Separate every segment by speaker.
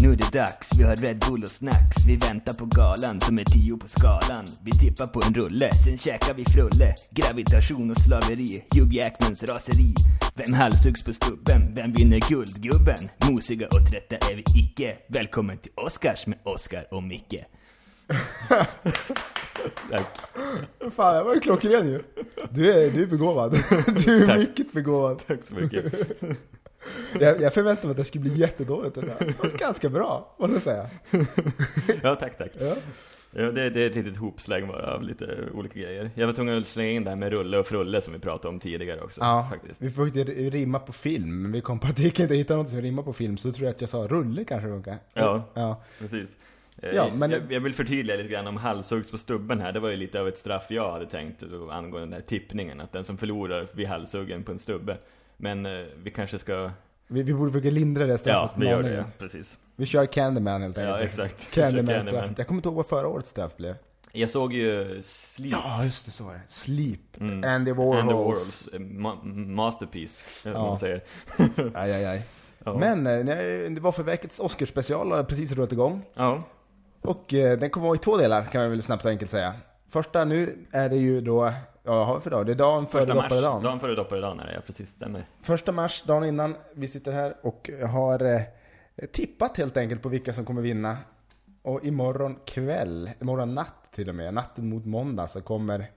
Speaker 1: Nu är det dags, vi har Red Bull och snacks. Vi väntar på galan som är tio på skalan. Vi tippar på en rulle, sen käkar vi frulle. Gravitation och slaveri, Hugh Jackmans raseri. Vem halshuggs på stubben? Vem vinner Guldgubben? Mosiga och trötta är vi icke. Välkommen till Oscars med Oscar och Micke.
Speaker 2: Tack.
Speaker 3: Fan, det var ju klockren ju. Du är, du är begåvad. Du är
Speaker 2: Tack.
Speaker 3: mycket begåvad.
Speaker 2: Tack så mycket.
Speaker 3: Jag, jag förväntade mig att det skulle bli jättedåligt. Det där. Det var ganska bra, måste jag säga.
Speaker 2: Ja, tack, tack.
Speaker 3: Ja.
Speaker 2: Ja, det, det är ett litet hopsläng bara av lite olika grejer. Jag var tvungen att slänga in det här med rulle och frulle som vi pratade om tidigare också.
Speaker 3: Ja,
Speaker 2: Faktiskt.
Speaker 3: vi försökte ri- rimma på film, men vi kom på att det gick inte att hitta något som rimmar på film, så då tror jag att jag sa rulle kanske funkar.
Speaker 2: Ja.
Speaker 3: ja.
Speaker 2: Precis.
Speaker 3: Ja,
Speaker 2: Ja,
Speaker 3: men-
Speaker 2: men... jag, jag vill förtydliga lite grann om halshuggs på stubben här. Det var ju lite av ett straff jag hade tänkt då, angående den här tippningen. Att den som förlorar blir halshuggen på en stubbe. Men eh, vi kanske ska...
Speaker 3: Vi, vi borde försöka lindra det straffet
Speaker 2: Ja, vi
Speaker 3: med
Speaker 2: gör det.
Speaker 3: aningen.
Speaker 2: Ja. Precis.
Speaker 3: Vi kör Candyman helt enkelt.
Speaker 2: Ja, exakt. Kör
Speaker 3: Candyman-straffet. Jag kommer inte ihåg vad förra årets straff blev.
Speaker 2: Jag såg ju Sleep,
Speaker 3: Ja, just det, så var det. Sleep.
Speaker 2: Mm.
Speaker 3: Andy Warhols.
Speaker 2: Andy Warhols eh, ma- masterpiece, eller vad
Speaker 3: Ja.
Speaker 2: man säger.
Speaker 3: Aj, aj, aj.
Speaker 2: Ja.
Speaker 3: Men eh, när- det var Verkets Oscarsspecial har precis rullat igång.
Speaker 2: Ja,
Speaker 3: Och eh, den kommer vara i två delar kan man väl snabbt och enkelt säga. Första nu är det ju då, ja vad har vi för dag? Det är dagen före
Speaker 2: första mars.
Speaker 3: dopparedagen.
Speaker 2: Dagen före dopparedagen är det, ja precis, stämmer.
Speaker 3: Första mars, dagen innan vi sitter här och har eh, tippat helt enkelt på vilka som kommer vinna. Och imorgon kväll, imorgon natt till och med, natten mot måndag så kommer,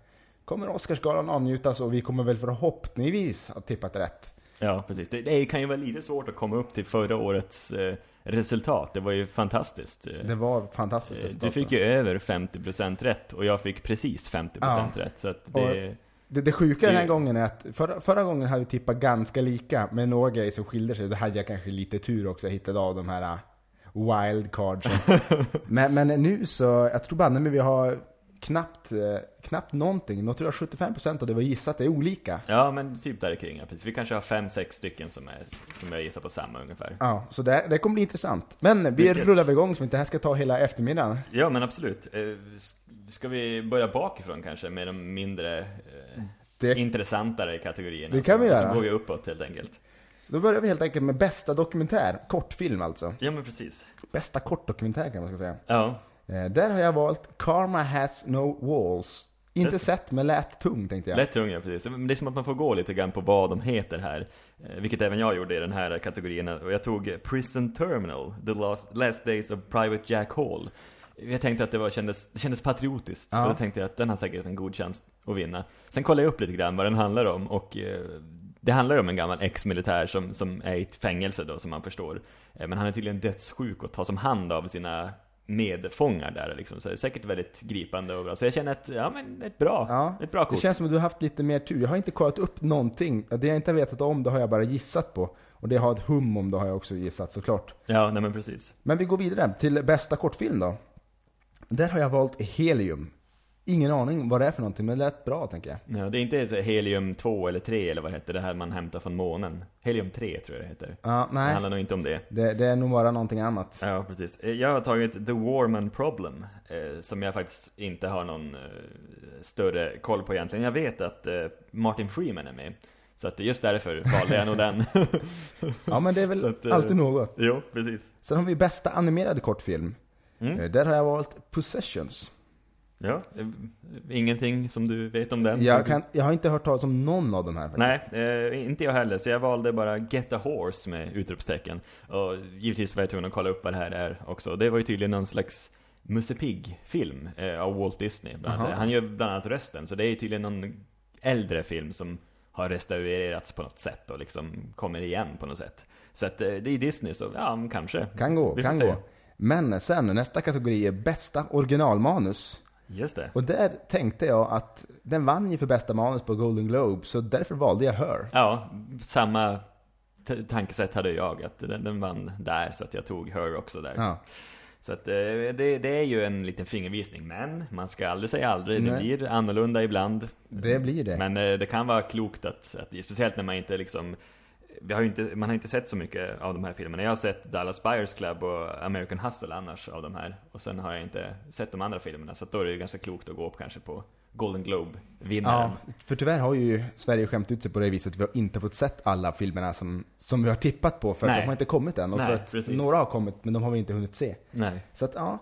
Speaker 3: kommer Oscarsgalan avnjutas och vi kommer väl förhoppningsvis ha tippat rätt.
Speaker 2: Ja, precis. Det, det kan ju vara lite svårt att komma upp till förra årets eh, resultat. Det var ju fantastiskt. eh.
Speaker 3: Det var fantastiskt.
Speaker 2: Eh, Du
Speaker 3: resultat.
Speaker 2: fick ju över 50% rätt och jag fick precis 50% rätt. Så att det,
Speaker 3: Det, det sjuka den här
Speaker 2: Det-
Speaker 3: gången är att förra, förra gången hade vi tippat ganska lika, men några grejer som skilde sig. Det hade jag kanske lite tur också, jag hittade av de här äh, wildcardsen. men, men nu så, jag tror banne mig vi har knappt, eh, knappt någonting. Något tror jag 75% av det var gissat, det är olika.
Speaker 2: ja men typ där kring, ja, precis. Vi kanske har fem sex stycken som, är, som jag gissar på samma ungefär.
Speaker 3: Ja, så det, det kommer bli intressant. Men vi
Speaker 2: Vilket-
Speaker 3: rullar väl igång så vi inte här ska ta hela eftermiddagen.
Speaker 2: Ja men absolut. Eh, s- Ska vi börja bakifrån kanske med de mindre eh,
Speaker 3: Det-
Speaker 2: intressantare kategorierna?
Speaker 3: Det kan vi
Speaker 2: Så-
Speaker 3: göra.
Speaker 2: Så går vi uppåt helt enkelt.
Speaker 3: Då börjar vi helt enkelt med bästa dokumentär, kortfilm alltså.
Speaker 2: Ja men precis.
Speaker 3: Bästa kortdokumentär kan man ska säga.
Speaker 2: Ja,
Speaker 3: Eh, Där har jag valt Karma has no walls. Inte sett, men lät tung tänkte jag.
Speaker 2: lätt tung ja, precis. Men det är som att man får gå lite grann på vad de heter här. Eh, Vilket även jag gjorde i den här kategorin. Och jag tog eh, Prison Terminal, The Last, Last Days of Private Jack Hall. Jag tänkte att det, var, kändes, det kändes patriotiskt,
Speaker 3: Ja.
Speaker 2: och då tänkte jag att den har säkert en god chans att vinna. Sen kollade jag upp lite grann vad den handlar om, och eh, det handlar ju om en gammal ex-militär som, som är i ett fängelse då, som man förstår. Eh, men han är tydligen dödssjuk och tas om hand av sina medfångar där liksom. Så det är säkert väldigt gripande och bra. Så jag känner att, ja men ett bra,
Speaker 3: Ja,
Speaker 2: ett bra kort.
Speaker 3: det känns som att du har haft lite mer tur. Jag har inte kollat upp någonting. Det jag inte har vetat om, det har jag bara gissat på. Och det jag har ett hum om, det har jag också gissat såklart.
Speaker 2: Ja, nej men precis.
Speaker 3: Men vi går vidare till bästa kortfilm då. Där har jag valt Helium. Ingen aning vad det är för någonting, men det lät bra tänker jag.
Speaker 2: Ja, det är inte så här helium 2 eller 3 eller vad det heter, det här man hämtar från månen. Helium 3 tror jag det heter.
Speaker 3: Ja,
Speaker 2: Det
Speaker 3: nej.
Speaker 2: handlar nog inte om det.
Speaker 3: Det, det är nog bara någonting annat.
Speaker 2: Ja, precis. Eh, Jag har tagit The Warman Problem, eh, som jag faktiskt inte har någon eh, större koll på egentligen. Jag vet att eh, Martin Freeman är med, så att just därför valde jag nog den.
Speaker 3: Ja, men det är väl
Speaker 2: Så att, eh,
Speaker 3: alltid något.
Speaker 2: Jo, precis.
Speaker 3: Sen har vi bästa animerade kortfilm.
Speaker 2: Mm.
Speaker 3: Eh, Där har jag valt Possessions.
Speaker 2: Ja, eh, ingenting som du vet om den?
Speaker 3: Jag, kan, jag har inte hört talas om någon av de här faktiskt.
Speaker 2: Nej, eh, inte jag heller. Så jag valde bara Get a Horse med utropstecken. Och givetvis var jag tvungen att kolla upp vad det här är också. Det var ju tydligen någon slags Musse Pigg-film eh, av Walt Disney. Bland annat.
Speaker 3: Aha.
Speaker 2: Han gör bland annat rösten, så det är tydligen någon äldre film som har restaurerats på något sätt och liksom kommer igen på något sätt. Så att eh, det är Disney, så ja, men kanske.
Speaker 3: Kan gå,
Speaker 2: Vi får
Speaker 3: kan
Speaker 2: se.
Speaker 3: gå. Men sen nästa kategori är bästa originalmanus.
Speaker 2: Just det.
Speaker 3: Och där tänkte jag att den vann ju för bästa manus på Golden Globe, så därför valde jag Her.
Speaker 2: Ja, samma t- tankesätt hade jag, att den, den vann där, så att jag tog Her också där.
Speaker 3: Ja.
Speaker 2: Så att, eh, det, det är ju en liten fingervisning, men man ska aldrig säga aldrig. Det
Speaker 3: Nej.
Speaker 2: blir annorlunda ibland.
Speaker 3: Det blir det.
Speaker 2: Men eh, det kan vara klokt att, att speciellt när man inte liksom vi har ju inte, man har inte sett så mycket av de här filmerna. Jag har sett Dallas Buyers Club och American Hustle annars av de här. Och sen har jag inte sett de andra filmerna. Så att då är det ju ganska klokt att gå upp kanske på Golden Globe-vinnaren.
Speaker 3: Ja, för tyvärr har ju Sverige skämt ut sig på det viset att vi har inte fått sett alla filmerna som, som vi har tippat på för att
Speaker 2: Nej.
Speaker 3: de har inte kommit än. Och
Speaker 2: Nej,
Speaker 3: för att
Speaker 2: precis.
Speaker 3: några har kommit men de har vi inte hunnit se.
Speaker 2: Nej.
Speaker 3: Så att ja,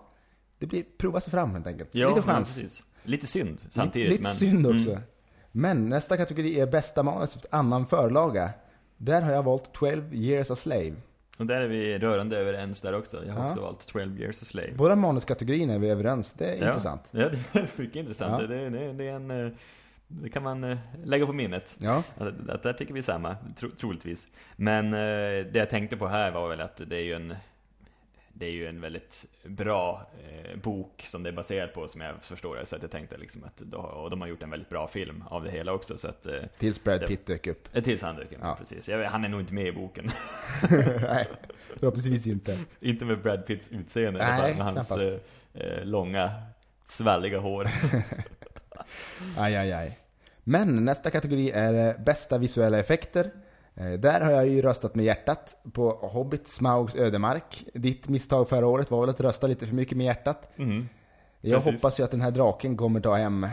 Speaker 3: det blir prova sig fram helt enkelt.
Speaker 2: Ja,
Speaker 3: Lite
Speaker 2: men
Speaker 3: chans.
Speaker 2: Precis. Lite synd samtidigt.
Speaker 3: lite
Speaker 2: men,
Speaker 3: synd också.
Speaker 2: Mm,
Speaker 3: Men nästa kategori är bästa manus efter annan förlaga. Där har jag valt 12 years a slave.
Speaker 2: och där är vi rörande överens där också. Jag har
Speaker 3: Ja.
Speaker 2: också valt 12 years a slave.
Speaker 3: Båda manuskategorierna är vi överens, det är
Speaker 2: Ja.
Speaker 3: intressant.
Speaker 2: Ja, det är mycket intressant.
Speaker 3: Ja.
Speaker 2: Det, det, det, är en, eh, det kan man eh, lägga på minnet.
Speaker 3: Ja.
Speaker 2: Att, att där tycker vi samma, tro, troligtvis. Men eh, det jag tänkte på här var väl att det är ju en det är ju en väldigt bra eh, bok som det är baserat på som jag förstår det. Så att jag tänkte liksom att, då, och de har gjort en väldigt bra film av det hela också. Så att, eh,
Speaker 3: Tills Brad
Speaker 2: Det-
Speaker 3: Pitt dök upp.
Speaker 2: eh, tills han dök upp,
Speaker 3: Ja.
Speaker 2: precis. Jag, vet- han är nog inte med i boken.
Speaker 3: Nej, förhoppningsvis inte.
Speaker 2: inte med Brad Pitts utseende i alla
Speaker 3: Nej,
Speaker 2: fall, med hans
Speaker 3: knappast.
Speaker 2: eh, eh, långa, svalliga hår.
Speaker 3: Aj, aj, aj. Men nästa kategori är eh, bästa visuella effekter. Eh, Där har jag ju röstat med hjärtat på Hobbit, Smaugs ödemark. Ditt misstag förra året var väl att rösta lite för mycket med hjärtat.
Speaker 2: Mm.
Speaker 3: Jag
Speaker 2: Precis.
Speaker 3: hoppas ju att den här draken kommer ta hem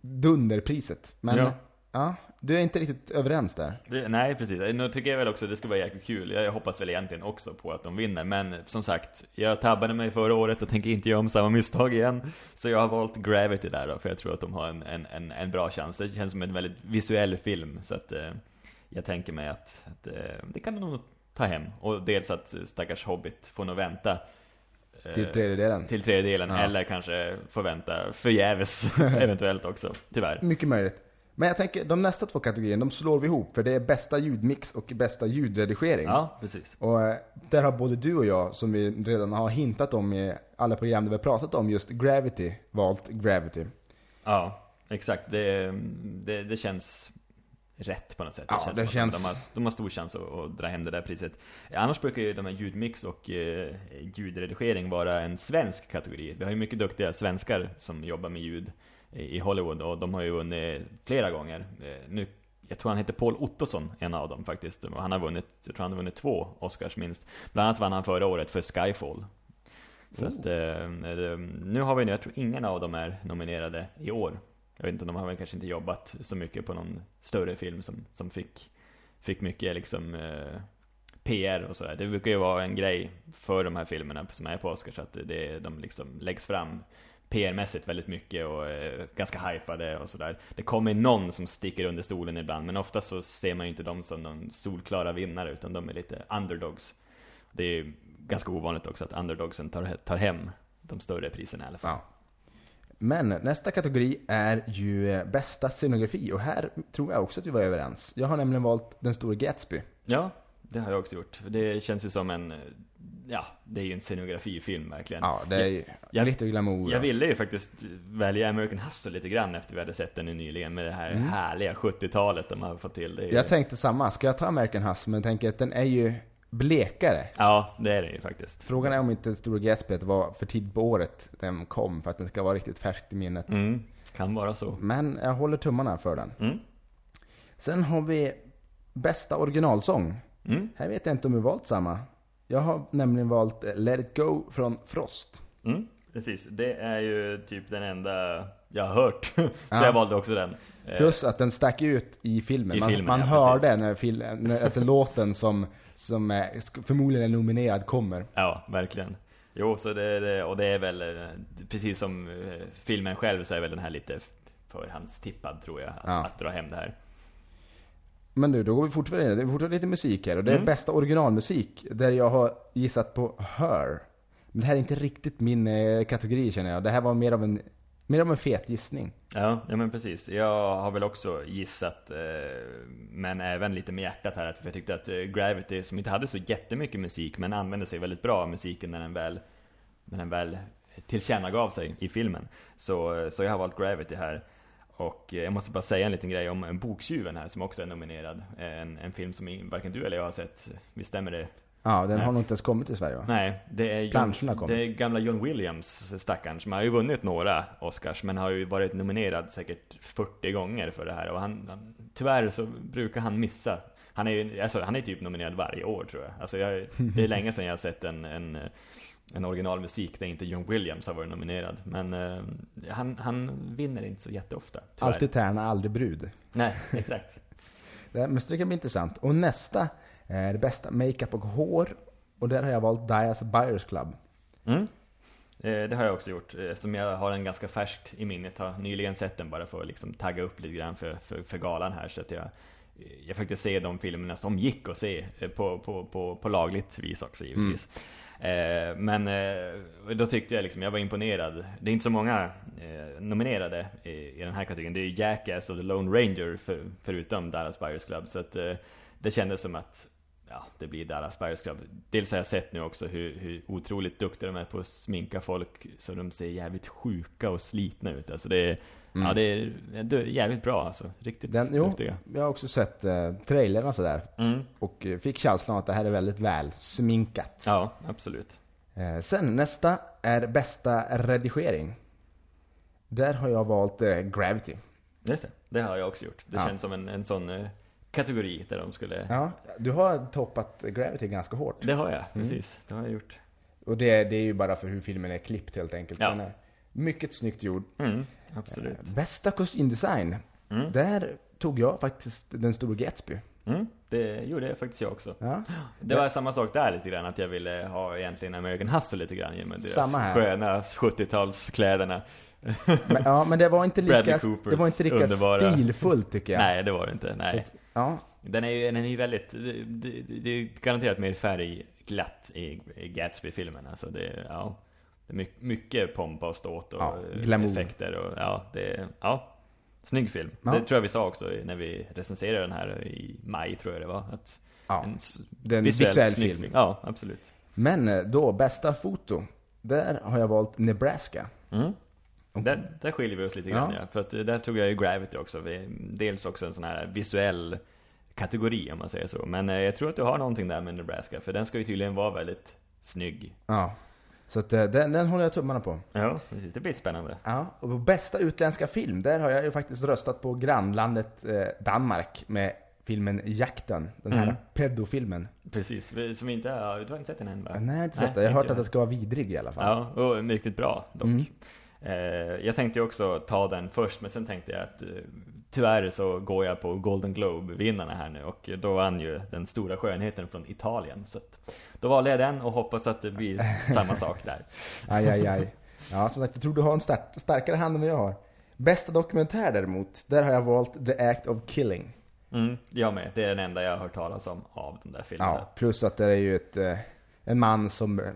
Speaker 3: dunderpriset. Men ja.
Speaker 2: Ja.
Speaker 3: du är inte riktigt överens där.
Speaker 2: Det, nej, precis. Nu tycker jag väl också att det ska vara jäkligt kul. Jag hoppas väl egentligen också på att de vinner. Men som sagt, jag tabbade mig förra året och tänker inte göra om samma misstag igen. Så jag har valt Gravity där då, för jag tror att de har en, en, en, en bra chans. Det känns som en väldigt visuell film, så att eh, jag tänker mig att, att eh, det kan de nog ta hem. Och dels att stackars Hobbit får nog vänta. eh,
Speaker 3: Till tredjedelen.
Speaker 2: till tredje delen,
Speaker 3: Ja.
Speaker 2: eller kanske får vänta förgäves eventuellt också, tyvärr.
Speaker 3: Mycket möjligt. Men jag tänker, de nästa två kategorierna, de slår vi ihop. För det är bästa ljudmix och bästa ljudredigering.
Speaker 2: Ja, precis.
Speaker 3: Och eh, där har både du och jag, som vi redan har hintat om i alla program där vi har pratat om just Gravity, valt Gravity.
Speaker 2: Ja, exakt. Det, det, det känns rätt på något sätt.
Speaker 3: Ja, det
Speaker 2: som att
Speaker 3: känns-
Speaker 2: De, har, de har stor chans att, att dra hem det där priset. Annars brukar ju de här ljudmix och eh, ljudredigering vara en svensk kategori. Vi har ju mycket duktiga svenskar som jobbar med ljud i i Hollywood och de har ju vunnit flera gånger. Eh, Nu, jag tror han heter Paul Ottosson, en av dem faktiskt. Och Han har vunnit, jag tror han har vunnit två Oscars minst. Bland annat vann han förra året för Skyfall. Så att,
Speaker 3: Oh.
Speaker 2: eh, eh, nu har vi nu, jag tror ingen av dem är nominerade i år. Jag vet inte, de har väl kanske inte jobbat så mycket på någon större film som, som fick, fick mycket liksom eh, PR och sådär. Det brukar ju vara en grej för de här filmerna som är på Oscars att det, de liksom läggs fram PR-mässigt väldigt mycket och eh, ganska hypade och sådär. Det kommer någon som sticker under stolen ibland men ofta så ser man ju inte dem som någon solklara vinnare utan de är lite underdogs. Det är ju ganska ovanligt också att underdogsen tar, tar hem de större priserna i alla fall.
Speaker 3: Ja. Men nästa kategori är ju eh, bästa scenografi och här tror jag också att vi var överens. Jag har nämligen valt Den store Gatsby.
Speaker 2: Ja, det har jag också gjort. Det känns ju som en, eh, ja, det är ju en scenografifilm verkligen.
Speaker 3: Ja, det är ju
Speaker 2: jag-
Speaker 3: riktig glamour.
Speaker 2: Jag ville ju faktiskt välja American Hustle lite grann efter vi hade sett den nu nyligen med det här härliga 70-talet de har fått till. Det är ju-
Speaker 3: Jag tänkte samma, ska jag ta American Hustle? Men jag tänker att den är ju blekare.
Speaker 2: Ja, det är det ju faktiskt.
Speaker 3: Frågan är om inte Den store Gatsby var för tid på året den kom för att den ska vara riktigt färskt i minnet.
Speaker 2: Mm, kan vara så.
Speaker 3: Men jag håller tummarna för den.
Speaker 2: Mm.
Speaker 3: Sen har vi bästa originalsång.
Speaker 2: Mm.
Speaker 3: Här vet jag inte om vi valt samma. Jag har nämligen valt eh, Let It Go från Frost.
Speaker 2: Mm, precis. Det är ju typ den enda jag har hört. Så
Speaker 3: Ja.
Speaker 2: jag valde också den. Eh,
Speaker 3: Plus att den stack ut i filmen.
Speaker 2: I
Speaker 3: man
Speaker 2: filmen,
Speaker 3: man
Speaker 2: ja,
Speaker 3: hörde
Speaker 2: precis.
Speaker 3: när, fil, när alltså låten som, som eh, sk- förmodligen är nominerad kommer.
Speaker 2: Ja, verkligen. Jo, så det, det, och det är väl eh, precis som eh, filmen själv så är väl den här lite förhandstippad tror jag, att,
Speaker 3: Ja.
Speaker 2: att dra hem det här.
Speaker 3: Men du, då går vi fortfarande in. Det är fortfarande lite musik här. Och det är
Speaker 2: Mm.
Speaker 3: bästa originalmusik. Där jag har gissat på Her. Men det här är inte riktigt min eh, kategori känner jag. Det här var mer av en, mer av en fet gissning.
Speaker 2: Ja, ja men precis. Jag har väl också gissat, eh, men även lite med hjärtat här, att jag tyckte att eh, Gravity, som inte hade så jättemycket musik, men använde sig väldigt bra av musiken när den väl, när den väl tillkännagav sig i filmen. Så, eh, så jag har valt Gravity här. Och eh, jag måste bara säga en liten grej om en Boktjuven här, som också är nominerad. En, en film som ingen- varken du eller jag har sett. Visst stämmer det?
Speaker 3: Ja, den
Speaker 2: Nej.
Speaker 3: har nog inte ens kommit till Sverige va?
Speaker 2: Nej, det är,
Speaker 3: Planscherna kom.
Speaker 2: John, det är gamla John Williams stackaren som har ju vunnit några Oscars men har ju varit nominerad säkert 40 gånger för det här och han, han tyvärr så brukar han missa. Han är ju alltså, han är typ nominerad varje år tror jag. Alltså jag, det är länge sedan jag har sett en, en, en originalmusik där inte John Williams har varit nominerad. Men eh, han, han vinner inte så jätteofta. Tyvärr.
Speaker 3: Alltid tärna, aldrig brud.
Speaker 2: Nej, exakt.
Speaker 3: Det här- Men så det kan bli intressant. Och nästa är det bästa makeup och hår. Och där har jag valt Dias Buyers Club.
Speaker 2: Mm. Eh, Det har jag också gjort, eh, eftersom jag har den ganska färskt i minnet. Har nyligen sett den bara för att liksom tagga upp lite grann för, för, för galan här. Så att jag, eh, jag försökte se de filmerna som gick att se eh, på, på, på, på lagligt vis också givetvis. Eh, Men eh, då tyckte jag liksom, jag var imponerad. Det är inte så många eh, nominerade i, i den här kategorin. Det är ju Jackass och The Lone Ranger för, förutom Dallas Buyers Club. Så att eh, det kändes som att ja, det blir Dallas Buyers Club. Dels har jag sett nu också hur, hur otroligt duktiga de är på att sminka folk så de ser jävligt sjuka och slitna ut. Alltså det är, ja, det är det är jävligt bra alltså. Riktigt
Speaker 3: Mm. Den, jo,
Speaker 2: duktiga.
Speaker 3: jag har också sett eh, trailern och sådär.
Speaker 2: Mm.
Speaker 3: Och eh, fick känslan att det här är väldigt väl sminkat.
Speaker 2: Ja, absolut.
Speaker 3: Eh, sen nästa är bästa redigering. Där har jag valt eh, Gravity.
Speaker 2: Just det, det har jag också gjort. Det
Speaker 3: Ja.
Speaker 2: känns som en, en sån eh, kategori där de skulle...
Speaker 3: Ja, Mm. du har toppat Gravity ganska hårt.
Speaker 2: Det har jag, precis. Det har jag gjort.
Speaker 3: Och det, det är ju bara för hur filmen är klippt helt enkelt.
Speaker 2: Ja.
Speaker 3: Den är mycket snyggt gjord.
Speaker 2: Mm, absolut.
Speaker 3: Eh, Bästa kostymdesign.
Speaker 2: Mm.
Speaker 3: Där tog jag faktiskt den stora Gatsby.
Speaker 2: Mm, det gjorde jag faktiskt jag också.
Speaker 3: Ja.
Speaker 2: Det var samma sak där lite grann, att jag ville ha egentligen American Hustle lite grann genom deras
Speaker 3: Samma här.
Speaker 2: sköna 70-talskläderna.
Speaker 3: Men, ja, men det var inte
Speaker 2: Bradley
Speaker 3: lika,
Speaker 2: Coopers
Speaker 3: det var inte lika
Speaker 2: underbara-
Speaker 3: stilfullt tycker jag.
Speaker 2: Nej, det var det inte. Nej.
Speaker 3: Så att- Ja,
Speaker 2: Den är ju den är ju väldigt, det, det- det är garanterat mer färgglatt i i Gatsby-filmen. Alltså det, ja, det är my- mycket pompa och ståt och
Speaker 3: Ja,
Speaker 2: eh,
Speaker 3: glamour.
Speaker 2: effekter. Och, ja, det, ja, snygg film.
Speaker 3: Ja.
Speaker 2: Det tror jag vi sa också i- när vi recenserade den här i maj, tror jag det var. Att
Speaker 3: ja.
Speaker 2: en s-
Speaker 3: Det är en visuell
Speaker 2: snygg
Speaker 3: film.
Speaker 2: Ja, absolut.
Speaker 3: Men eh, då, bästa foto. Där har jag valt Nebraska.
Speaker 2: Mm.
Speaker 3: Och-
Speaker 2: Där, där skiljer vi oss lite
Speaker 3: Ja.
Speaker 2: grann ja. för att eh, där tog jag ju Gravity också. Vi- Dels också en sån här visuell kategori om man säger så. Men eh, jag tror att du har någonting där med Nebraska, för den ska ju tydligen vara väldigt snygg.
Speaker 3: Ja. Så att, eh, den, den håller jag tummarna på.
Speaker 2: Ja, precis. Det blir spännande.
Speaker 3: Ja, och på bästa utländska film, där har jag ju faktiskt röstat på grannlandet eh, Danmark med filmen Jakten. Den här
Speaker 2: Mm.
Speaker 3: pedofilmen.
Speaker 2: Precis, vi- som vi inte har, du har inte sett den än va?
Speaker 3: Nej, jag har inte sett
Speaker 2: Nej,
Speaker 3: det. Jag har hört
Speaker 2: inte
Speaker 3: att den ska vara vidrig i alla fall.
Speaker 2: Ja, och en riktigt bra dock.
Speaker 3: Mm.
Speaker 2: Eh, jag tänkte ju också ta den först, men sen tänkte jag att eh, tyvärr så går jag på Golden Globe-vinnarna här nu och då vann ju den stora skönheten från Italien. Så att, då valde jag den och hoppas att det blir samma sak där.
Speaker 3: Aj, aj, aj. Ja, som sagt, jag tror du har en stark, starkare hand än vad jag har. Bästa dokumentär däremot, där har jag valt The Act of Killing.
Speaker 2: Mm, jag med, det är den enda jag har hört talas om av de där filmerna.
Speaker 3: Ja, plus att det är ju ett, eh, en man som eh,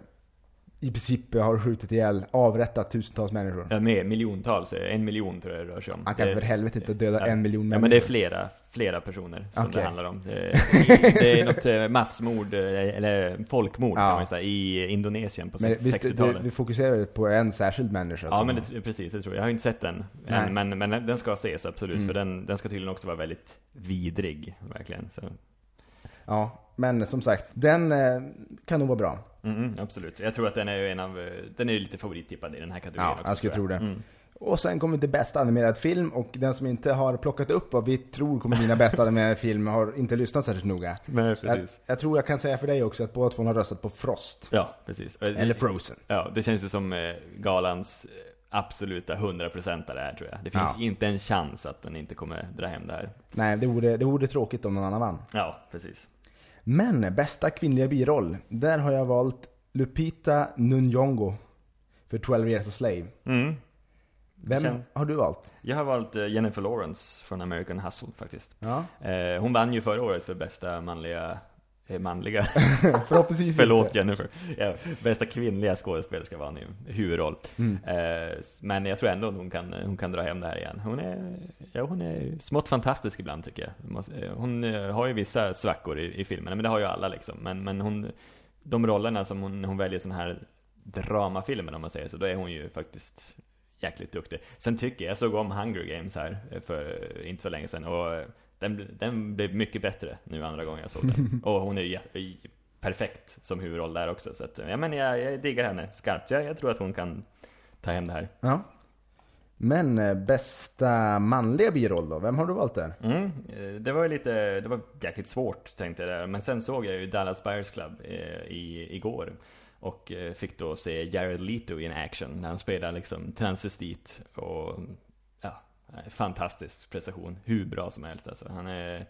Speaker 3: i princip har skjutit ihjäl, avrättat tusentals människor.
Speaker 2: Jag är med miljontals, eh, en miljon tror jag det rör sig om.
Speaker 3: Han kan
Speaker 2: Det-
Speaker 3: för helvete inte döda
Speaker 2: Ja.
Speaker 3: en miljon
Speaker 2: Ja
Speaker 3: människor.
Speaker 2: men det är flera, flera personer som
Speaker 3: Okej.
Speaker 2: det handlar om. Det är, det är något eh, massmord, eh, eller folkmord
Speaker 3: Ja.
Speaker 2: kan man säga, i Indonesien på
Speaker 3: Men visst, du,
Speaker 2: 60-talet.
Speaker 3: du fokuserar ju på en särskild människa.
Speaker 2: Ja
Speaker 3: som-
Speaker 2: men det, precis, det tror jag. Jag har inte sett den
Speaker 3: Nej.
Speaker 2: än, men, men den ska ses absolut,
Speaker 3: Mm.
Speaker 2: för den, den ska tydligen också vara väldigt vidrig, verkligen. Så, mm,
Speaker 3: ja, men som sagt, den eh, kan nog vara bra.
Speaker 2: mm, absolut. Jag tror att den är ju en av, eh, den är ju lite favorittippad i den här kategorin
Speaker 3: Ja,
Speaker 2: också.
Speaker 3: jag skulle tro det.
Speaker 2: Mm.
Speaker 3: Och sen kommer det bästa animerad film och den som inte har plockat upp vad vi tror kommer mina bästa animerade film har inte lyssnat särskilt noga.
Speaker 2: Nej,
Speaker 3: Jag,
Speaker 2: precis.
Speaker 3: jag tror jag kan säga för dig också att båda två har röstat på Frost.
Speaker 2: Ja, precis. Och-
Speaker 3: Eller Frozen.
Speaker 2: Ja, det känns ju som eh, galans eh, absoluta 100% det här tror jag. Det finns
Speaker 3: Ja.
Speaker 2: inte en chans att den inte kommer dra hem det här.
Speaker 3: Nej, det vore, det vore tråkigt om någon annan vann.
Speaker 2: Ja, precis.
Speaker 3: Men bästa kvinnliga biroll, där har jag valt Lupita Nyong'o för 12 years a slave.
Speaker 2: Mm.
Speaker 3: Vem
Speaker 2: Känn-
Speaker 3: har du valt?
Speaker 2: Jag har valt eh, Jennifer Lawrence från American Hustle faktiskt.
Speaker 3: Ja,
Speaker 2: Eh, Hon vann ju förra året för bästa manliga, eh, manliga,
Speaker 3: förhoppningsvis inte.
Speaker 2: förlåt Jennifer, ja, bästa kvinnliga skådespelerska vann ju huvudroll.
Speaker 3: Mm.
Speaker 2: Eh, s- Men jag tror ändå att hon kan, hon kan dra hem det här igen. Hon är, ja, hon är smått fantastisk ibland tycker jag. Måste- eh, Hon eh, har ju vissa svackor i, i filmerna, men det har ju alla liksom. Men, men hon, de rollerna som hon, hon väljer sådana här dramafilmer om man säger så, då är hon ju faktiskt jäkligt duktig. Sen tycker jag, jag såg om Hunger Games här eh, för eh, inte så länge sedan och eh, den, bl- den blev mycket bättre nu andra gången jag såg den. Och hon är ju jä- i- perfekt som huvudroll där också. Så att, eh, ja, men jag, jag diggar henne skarpt. Jag, jag tror att hon kan ta hem det här.
Speaker 3: Ja. Men eh, bästa manliga biroll då? Vem har du valt där?
Speaker 2: Mm, eh, det var ju lite, det var jäkligt svårt tänkte jag där. Men sen såg jag ju Dallas Buyers Club eh, i, igår. Och eh, fick då se Jared Leto in action när han spelar liksom transvestit och ja, fantastisk prestation. Hur bra som helst alltså. Han är,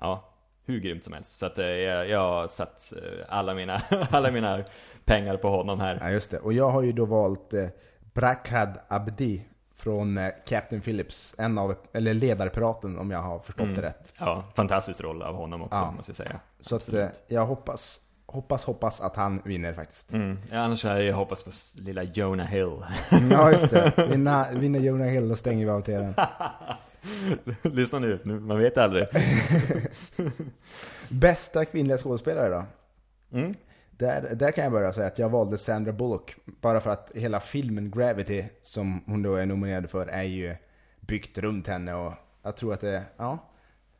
Speaker 2: ja, hur grymt som helst. Så att eh, jag, jag har satt eh, alla mina, alla mina pengar på honom här.
Speaker 3: Ja, just det. Och jag har ju då valt eh, Brakhad Abdi från eh, Captain Phillips, en av, eller ledarpiraten om jag har förstått det rätt.
Speaker 2: Ja, fantastisk roll av honom också
Speaker 3: Ja.
Speaker 2: måste jag säga.
Speaker 3: Så att,
Speaker 2: Absolut.
Speaker 3: eh, jag hoppas, hoppas, hoppas att han vinner faktiskt.
Speaker 2: Mm. Ja, Annars hade jag hoppats på s- lilla Jonah Hill.
Speaker 3: Ja, just det. Vinna, vinner Jonah Hill, då stänger vi av TVn.
Speaker 2: Lyssna nu, nu, man vet aldrig.
Speaker 3: Bästa kvinnliga skådespelare då?
Speaker 2: Mm.
Speaker 3: Där, där kan jag börja säga att jag valde Sandra Bullock. Bara för att hela filmen Gravity, som hon då är nominerad för, är ju byggt runt henne och jag tror att det, ja,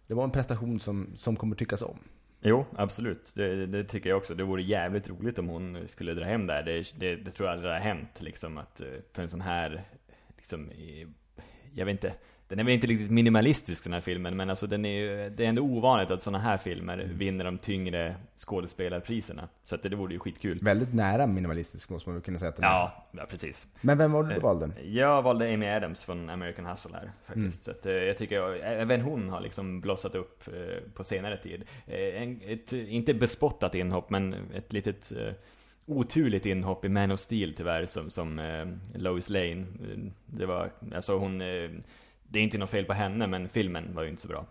Speaker 3: det var en prestation som, som kommer tyckas om.
Speaker 2: Jo, absolut. Det, det tycker jag också. Det vore jävligt roligt om hon skulle dra hem där. Det, det, det tror jag aldrig har hänt liksom att eh, för en sån här, liksom, i- jag vet inte. Den är väl inte riktigt minimalistisk den här filmen, men alltså den är ju, det är ändå ovanligt att såna här filmer vinner de tyngre skådespelarpriserna. Så att det, det vore ju skitkul.
Speaker 3: Väldigt nära minimalistisk måste man väl kunna säga att den är.
Speaker 2: Ja, Eh. ja precis.
Speaker 3: Men vem var det du valde?
Speaker 2: Jag valde Amy Adams från American Hustle här faktiskt. Så att, eh, jag tycker jag, även hon har liksom blossat upp eh, på senare tid. Eh, en, ett, eh, inte bespottat inhopp, men ett litet eh, oturligt inhopp i Man of Steel tyvärr, som, som eh, Lois Lane. Eh, Det var, alltså hon, eh, det är inte något fel på henne, men filmen var ju inte så bra.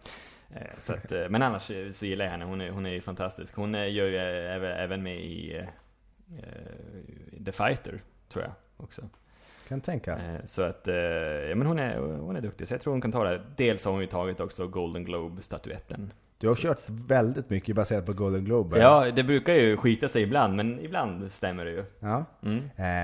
Speaker 2: Eh, Så att, eh, men annars eh, så gillar jag henne, hon är, hon är ju fantastisk. Hon eh, gör ju eh, även- även med i eh, eh, The Fighter, tror jag också.
Speaker 3: Kan tänkas.
Speaker 2: Eh, Så att, eh, ja, men hon är, hon är duktig, så jag tror hon kan ta det. här. Dels har hon ju tagit också Golden Globe-statyetten.
Speaker 3: Du har kört väldigt mycket baserat på Golden Globe.
Speaker 2: Ja, det brukar ju skita sig ibland, men ibland stämmer det ju.
Speaker 3: Ja.
Speaker 2: Mm.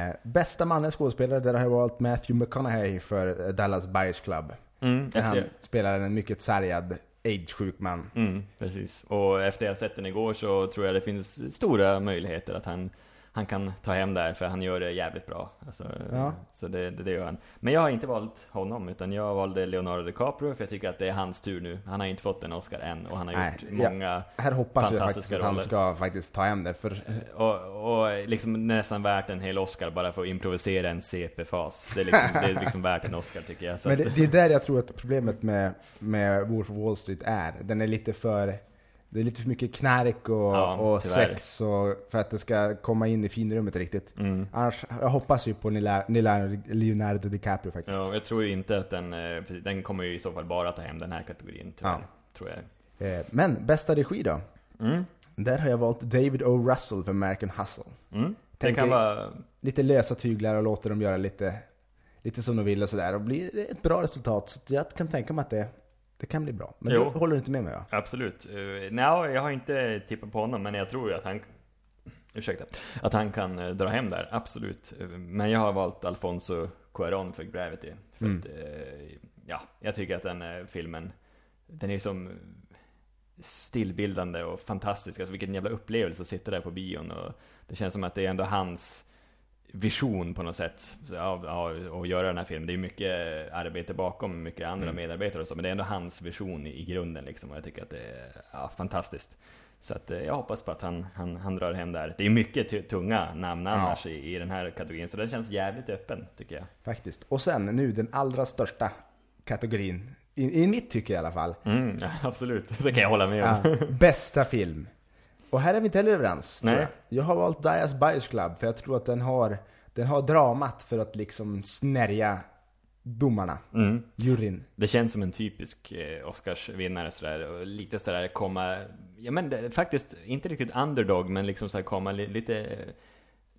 Speaker 3: Eh, bästa manliga skådespelare, där har jag valt Matthew McConaughey för eh, Dallas Buyers Club.
Speaker 2: Mm,
Speaker 3: Där han
Speaker 2: efter,
Speaker 3: spelar en mycket sargad, age-sjuk man.
Speaker 2: mm, precis. Och efter jag sett den igår så tror jag det finns stora möjligheter att han, han kan ta hem där, för han gör det jävligt bra. Alltså,
Speaker 3: Ja.
Speaker 2: Så det, det, det gör han. Men jag har inte valt honom, utan jag valde Leonardo DiCaprio, för jag tycker att det är hans tur nu. Han har inte fått en Oscar än, och han har
Speaker 3: Nej,
Speaker 2: gjort
Speaker 3: ja.
Speaker 2: många
Speaker 3: Här hoppas jag faktiskt
Speaker 2: Fantastiska
Speaker 3: att han
Speaker 2: roller.
Speaker 3: ska faktiskt ta hem det, för
Speaker 2: Eh, Och, och liksom nästan värt en hel Oscar bara för att improvisera en CP-fas. Det är liksom, det är liksom värt en Oscar tycker jag. Så
Speaker 3: Men
Speaker 2: att,
Speaker 3: det, det är där jag tror att problemet med, med Wolf of Wall Street är. Den är lite för... Det är lite för mycket knark och,
Speaker 2: Ja,
Speaker 3: och
Speaker 2: tyvärr.
Speaker 3: sex och, för att det ska komma in i finrummet riktigt.
Speaker 2: Mm.
Speaker 3: Annars, jag hoppas ju på Nila- Nila- Leonardo DiCaprio faktiskt.
Speaker 2: ja, jag tror ju inte att den, eh, precis, den kommer ju i så fall bara ta hem den här kategorin tyvärr.
Speaker 3: Ja.
Speaker 2: Tror jag.
Speaker 3: Eh, men bästa regi då?
Speaker 2: Mm.
Speaker 3: Där har jag valt David O. Russell för American Hustle.
Speaker 2: Mm. Det
Speaker 3: Tänker-
Speaker 2: kan vara,
Speaker 3: Lite lösa tyglar och låter dem göra lite, lite som de vill och sådär. Och blir ett bra resultat. Så jag kan tänka mig att det, det kan bli bra. Men
Speaker 2: Jo.
Speaker 3: du håller inte med mig va?
Speaker 2: absolut. Uh, Nej, jag har inte tippat på honom men jag tror ju att han Ursäkta. Att han kan eh, dra hem där, absolut. Eh, Men jag har valt Alfonso Cuarón för Gravity. För
Speaker 3: Mm.
Speaker 2: att, eh, ja, jag tycker att den eh, filmen, den är ju som stillbildande och fantastisk. Alltså vilken jävla upplevelse att sitta där på bion. Och det känns som att det är ändå hans vision på något sätt så, av, av att göra den här filmen. Det är ju mycket arbete bakom, mycket andra
Speaker 3: Mm.
Speaker 2: medarbetare och så, men det är ändå hans vision i, i grunden liksom. Och jag tycker att det är ja, fantastiskt. Så att, eh, jag hoppas på att han, han, han drar hem där. Det är mycket tu- tunga namn annars i, i den här kategorin, så den känns jävligt öppen tycker jag.
Speaker 3: Faktiskt. Och sen nu den allra största kategorin, i, i mitt tycke i alla fall.
Speaker 2: Mm, ja, absolut, det kan jag hålla med om.
Speaker 3: Ja, bästa film. Och här är vi inte heller överens. tror
Speaker 2: Nej.
Speaker 3: Jag. jag har valt Dias Buyers Club för jag tror att den har, den har dramat för att liksom snärja domarna,
Speaker 2: Mm.
Speaker 3: juryn.
Speaker 2: Det känns som en typisk eh, Oscarsvinnare sådär, och lite sådär komma, ja men det, faktiskt inte riktigt underdog, men liksom såhär komma li, lite,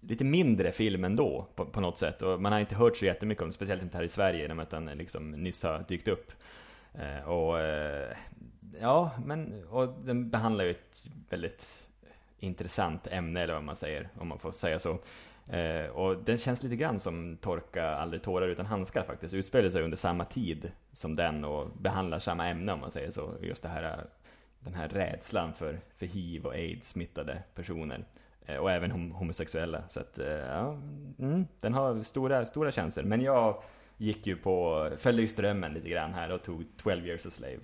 Speaker 2: lite mindre film ändå på, på något sätt. Och man har inte hört så jättemycket om det, speciellt inte här i Sverige, i och med att den liksom nyss har dykt upp. Eh, och eh, ja, men och den behandlar ju ett väldigt intressant ämne, eller vad man säger, om man får säga så. Eh, och den känns lite grann som Torka aldrig tårar utan handskar faktiskt. Utspelar sig under samma tid som den och behandlar samma ämne om man säger så. Just det här, eh, den här rädslan för, för hiv och aids smittade personer. Eh, och även hom- homosexuella. Så att, eh, ja, mm, den har stora, stora chanser. Men jag gick ju på, följde ju strömmen lite grann här och tog 12 years a slave.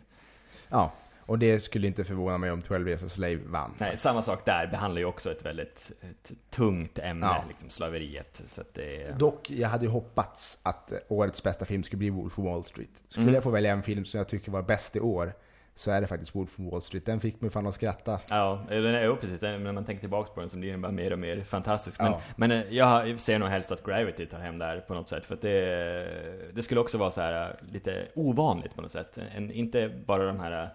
Speaker 3: Ja. Och Och det skulle inte förvåna mig om 12 Years a Slave vann.
Speaker 2: Nej, samma sak där behandlar ju också ett väldigt ett tungt ämne,
Speaker 3: Ja.
Speaker 2: liksom slaveriet. Så att det är...
Speaker 3: Dock, jag hade ju hoppats att eh, årets bästa film skulle bli Wolf of Wall Street. Skulle
Speaker 2: Mm.
Speaker 3: jag få välja en film som jag tycker var bäst i år, så är det faktiskt Wolf of Wall Street. Den fick mig fan att skratta.
Speaker 2: Ja, den är ju precis. den- När man tänker tillbaka på den så blir den bara mer och mer fantastisk. Men,
Speaker 3: Ja.
Speaker 2: men eh, jag ser nog helst att Gravity tar hem där på något sätt. För att det, det skulle också vara så här eh, lite ovanligt på något sätt. En, inte bara de här eh,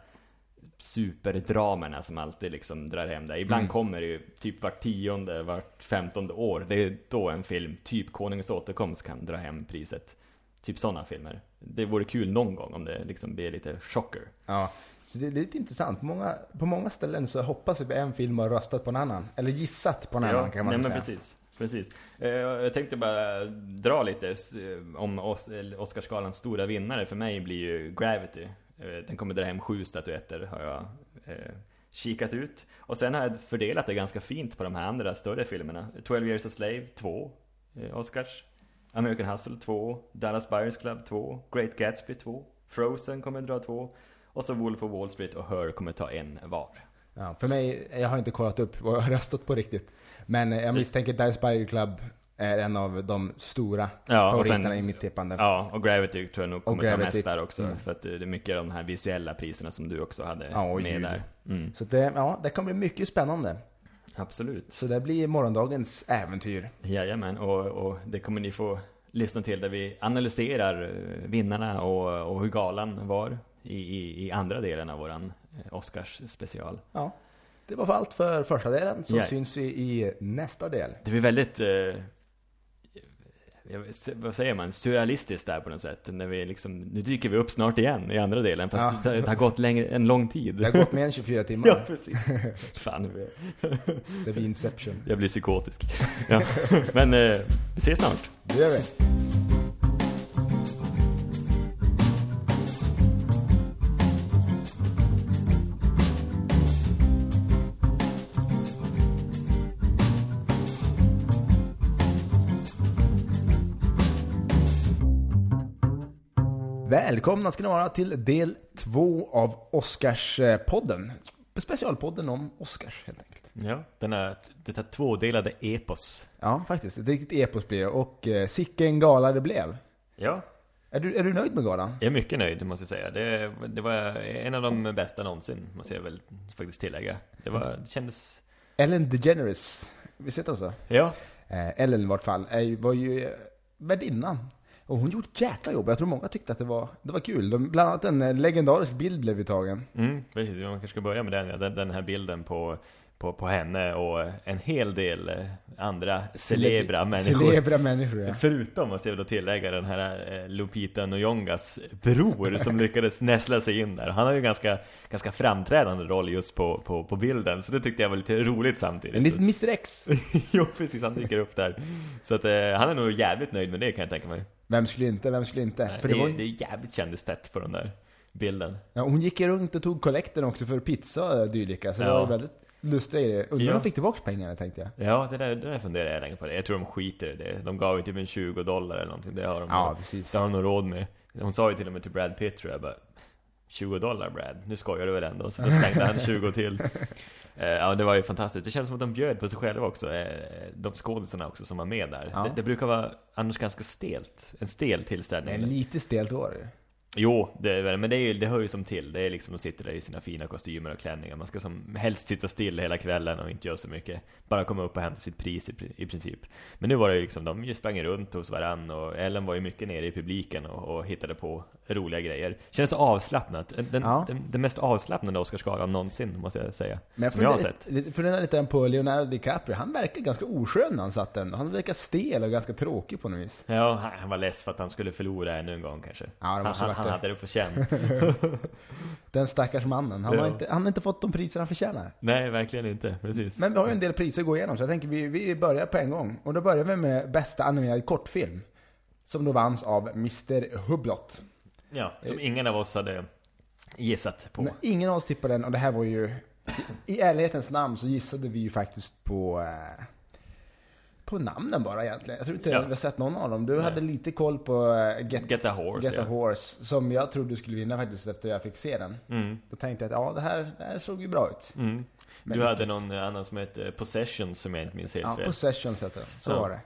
Speaker 2: superdramerna som alltid liksom drar hem det. Ibland
Speaker 3: Mm.
Speaker 2: kommer det ju typ vart tionde, vart femtonde år. Det är då en film, typ Konungens återkomst, kan dra hem priset. Typ sådana filmer. Det vore kul någon gång om det liksom blir lite chocker.
Speaker 3: Ja. Så det är lite intressant. På många, på många ställen så hoppas vi på en film och har röstat på en annan. Eller gissat på en annan kan man
Speaker 2: nej, men
Speaker 3: säga.
Speaker 2: precis. Precis. Eh, Jag tänkte bara dra lite s- eh, om Os- eller Oscarsgalans stora vinnare för mig blir ju Gravity. Eh, Den kommer dra hem sju statyetter har jag eh, kikat ut. Och sen har jag fördelat det ganska fint på de här andra större filmerna. 12 years a slave, två eh, Oscars. American Hustle, två. Dallas Buyers Club, två. Great Gatsby, två. Frozen kommer dra två. Och så Wolf of Wall Street och Her kommer ta en var.
Speaker 3: Ja, för mig, jag har inte kollat upp vad jag har röstat på riktigt. Men eh, jag misstänker att Dice Buyer Club är en av de stora
Speaker 2: Ja, och
Speaker 3: favoriterna
Speaker 2: sen-
Speaker 3: i mitt tippande.
Speaker 2: Ja, och Gravity tror jag nog kommer ta
Speaker 3: Gravity.
Speaker 2: mest där också.
Speaker 3: Mm.
Speaker 2: För att eh, det är mycket av de här visuella priserna som du också hade
Speaker 3: Ja, och
Speaker 2: med
Speaker 3: ljud.
Speaker 2: där. Mm.
Speaker 3: Så det, ja, det kommer bli mycket spännande.
Speaker 2: Absolut.
Speaker 3: Så det blir morgondagens äventyr.
Speaker 2: Jajamän, och, och det kommer ni få lyssna till där vi analyserar eh, vinnarna och, och hur galan var i, i, i andra delen av våran eh, Oscars-special.
Speaker 3: Ja. Det var allt för första delen, så
Speaker 2: Ja.
Speaker 3: syns vi i nästa del.
Speaker 2: Det blir väldigt, eh, jag vet inte, vad säger man, surrealistiskt där på något sätt. När vi liksom, nu dyker vi upp snart igen i andra delen, fast
Speaker 3: Ja.
Speaker 2: det, det har gått längre, en lång tid.
Speaker 3: Det har gått mer än 24 timmar.
Speaker 2: Ja, precis. Fan, vi-
Speaker 3: Det blir Inception.
Speaker 2: Jag blir psykotisk. Ja. Men eh, vi ses snart.
Speaker 3: Det gör vi. Välkomna ska ni vara till del två av Oscarspodden. Specialpodden om Oscars helt enkelt.
Speaker 2: Ja. Den här, det här tvådelade epos.
Speaker 3: Ja, faktiskt. Ett riktigt epos blir det. Och eh, sicken gala det blev.
Speaker 2: Ja,
Speaker 3: Är du, är du nöjd med galan?
Speaker 2: jag är mycket nöjd måste jag säga. Det, det var en av de bästa någonsin, måste jag väl faktiskt tillägga. Det, var, det kändes...
Speaker 3: Ellen DeGeneres, visst heter hon så?
Speaker 2: Ja,
Speaker 3: Eh, Ellen i vart fall, är, ju- var ju eh, värdinnan. Och hon gjorde ett jäkla jobb. Jag tror många tyckte att det var, det var kul. De, bland annat en eh, legendarisk bild blev ju tagen.
Speaker 2: mm, precis. Man kanske ska börja med den, ja. den, den här bilden på, på, på henne och en hel del eh, andra celebra människor.
Speaker 3: Celebra människor, ja.
Speaker 2: Förutom måste jag då tillägga den här eh, Lupita Nyong'as bror som lyckades näsla sig in där. Han har ju ganska, ganska framträdande roll just på, på, på bilden, så det tyckte jag var lite roligt
Speaker 3: En
Speaker 2: samtidigt.
Speaker 3: liten Mr X.
Speaker 2: jo, precis, han dyker upp där. Så att, eh, han är nog jävligt nöjd med det kan jag tänka mig.
Speaker 3: Vem skulle inte, vem skulle inte? För det var
Speaker 2: det
Speaker 3: ju,
Speaker 2: är jävligt kändistätt på den där bilden.
Speaker 3: ja, hon gick ju runt och tog kollekten också för pizza och dylika. Så det
Speaker 2: Ja.
Speaker 3: var ju väldigt lustiga grejer. Undrar
Speaker 2: Ja.
Speaker 3: om de fick tillbaka pengarna tänkte jag.
Speaker 2: Ja, det där, det där funderar jag länge på. Det. Jag tror de skiter i det. De gav ju typ en 20 dollar eller någonting. Det har de
Speaker 3: Ja, precis.
Speaker 2: Det har hon nog råd med. Hon sa ju till och med till Brad Pitt tror jag bara 20 dollar Brad, nu skojar du väl ändå? Så då slängde han 20 till. Eh, Ja, det var ju fantastiskt. Det känns som att de bjöd på sig själva också, eh, de skådisarna också som var med där.
Speaker 3: Ja.
Speaker 2: Det, det brukar vara annars ganska stelt, en stel tillställning.
Speaker 3: Men lite stelt var det ju.
Speaker 2: Jo, det är, väl- men det, är, ju- det hör ju som till. Det är liksom, de sitter där i sina fina kostymer och klänningar. Man ska som helst sitta still hela kvällen och inte göra så mycket. Bara komma upp och hämta sitt pris i, pri- i princip. Men nu var det ju liksom, de ju sprang runt hos varann och Ellen var ju mycket nere i publiken och, och hittade på roliga grejer. Känns avslappnat. Den,
Speaker 3: Ja.
Speaker 2: den, den mest avslappnade Oscarsgalan någonsin, måste jag säga.
Speaker 3: Men jag
Speaker 2: som jag har
Speaker 3: funderar-
Speaker 2: sett.
Speaker 3: lite- funderar lite grann på Leonardo DiCaprio. Han verkar ganska oskön när han satt den. Han verkar stel och ganska tråkig på något vis.
Speaker 2: Ja, han han var less för att han skulle förlora ännu en gång kanske.
Speaker 3: Ja, det
Speaker 2: han,
Speaker 3: måste
Speaker 2: han,
Speaker 3: ha varit
Speaker 2: han
Speaker 3: det.
Speaker 2: hade det på känn.
Speaker 3: Den stackars mannen. Han, har
Speaker 2: Ja.
Speaker 3: inte, han har inte fått de priser han förtjänar.
Speaker 2: Nej, verkligen inte. Precis.
Speaker 3: Men vi har ju en del priser att gå igenom, så jag tänker vi, vi börjar på en gång. Och då börjar vi med bästa animerad kortfilm. Som då vanns av Mr Hublot.
Speaker 2: Ja, som ingen av oss hade gissat på.
Speaker 3: Nej, Ingen av oss tippade den och det här var ju... I ärlighetens namn så gissade vi ju faktiskt på... Eh, på namnen bara egentligen. Jag tror inte
Speaker 2: Ja.
Speaker 3: vi har sett någon av dem. Du hade lite koll på eh, Get,
Speaker 2: Get a horse
Speaker 3: Get
Speaker 2: ja.
Speaker 3: a Horse, som jag trodde skulle vinna faktiskt efter jag fick se den.
Speaker 2: Mm.
Speaker 3: Då tänkte jag att ja, det här, det här såg ju bra ut.
Speaker 2: Mm.
Speaker 3: Men
Speaker 2: Du hade någon eh, annan som hette Possession som jag inte minns helt
Speaker 3: Ja,
Speaker 2: fel.
Speaker 3: Possessions heter den. Så
Speaker 2: Ja.
Speaker 3: var det.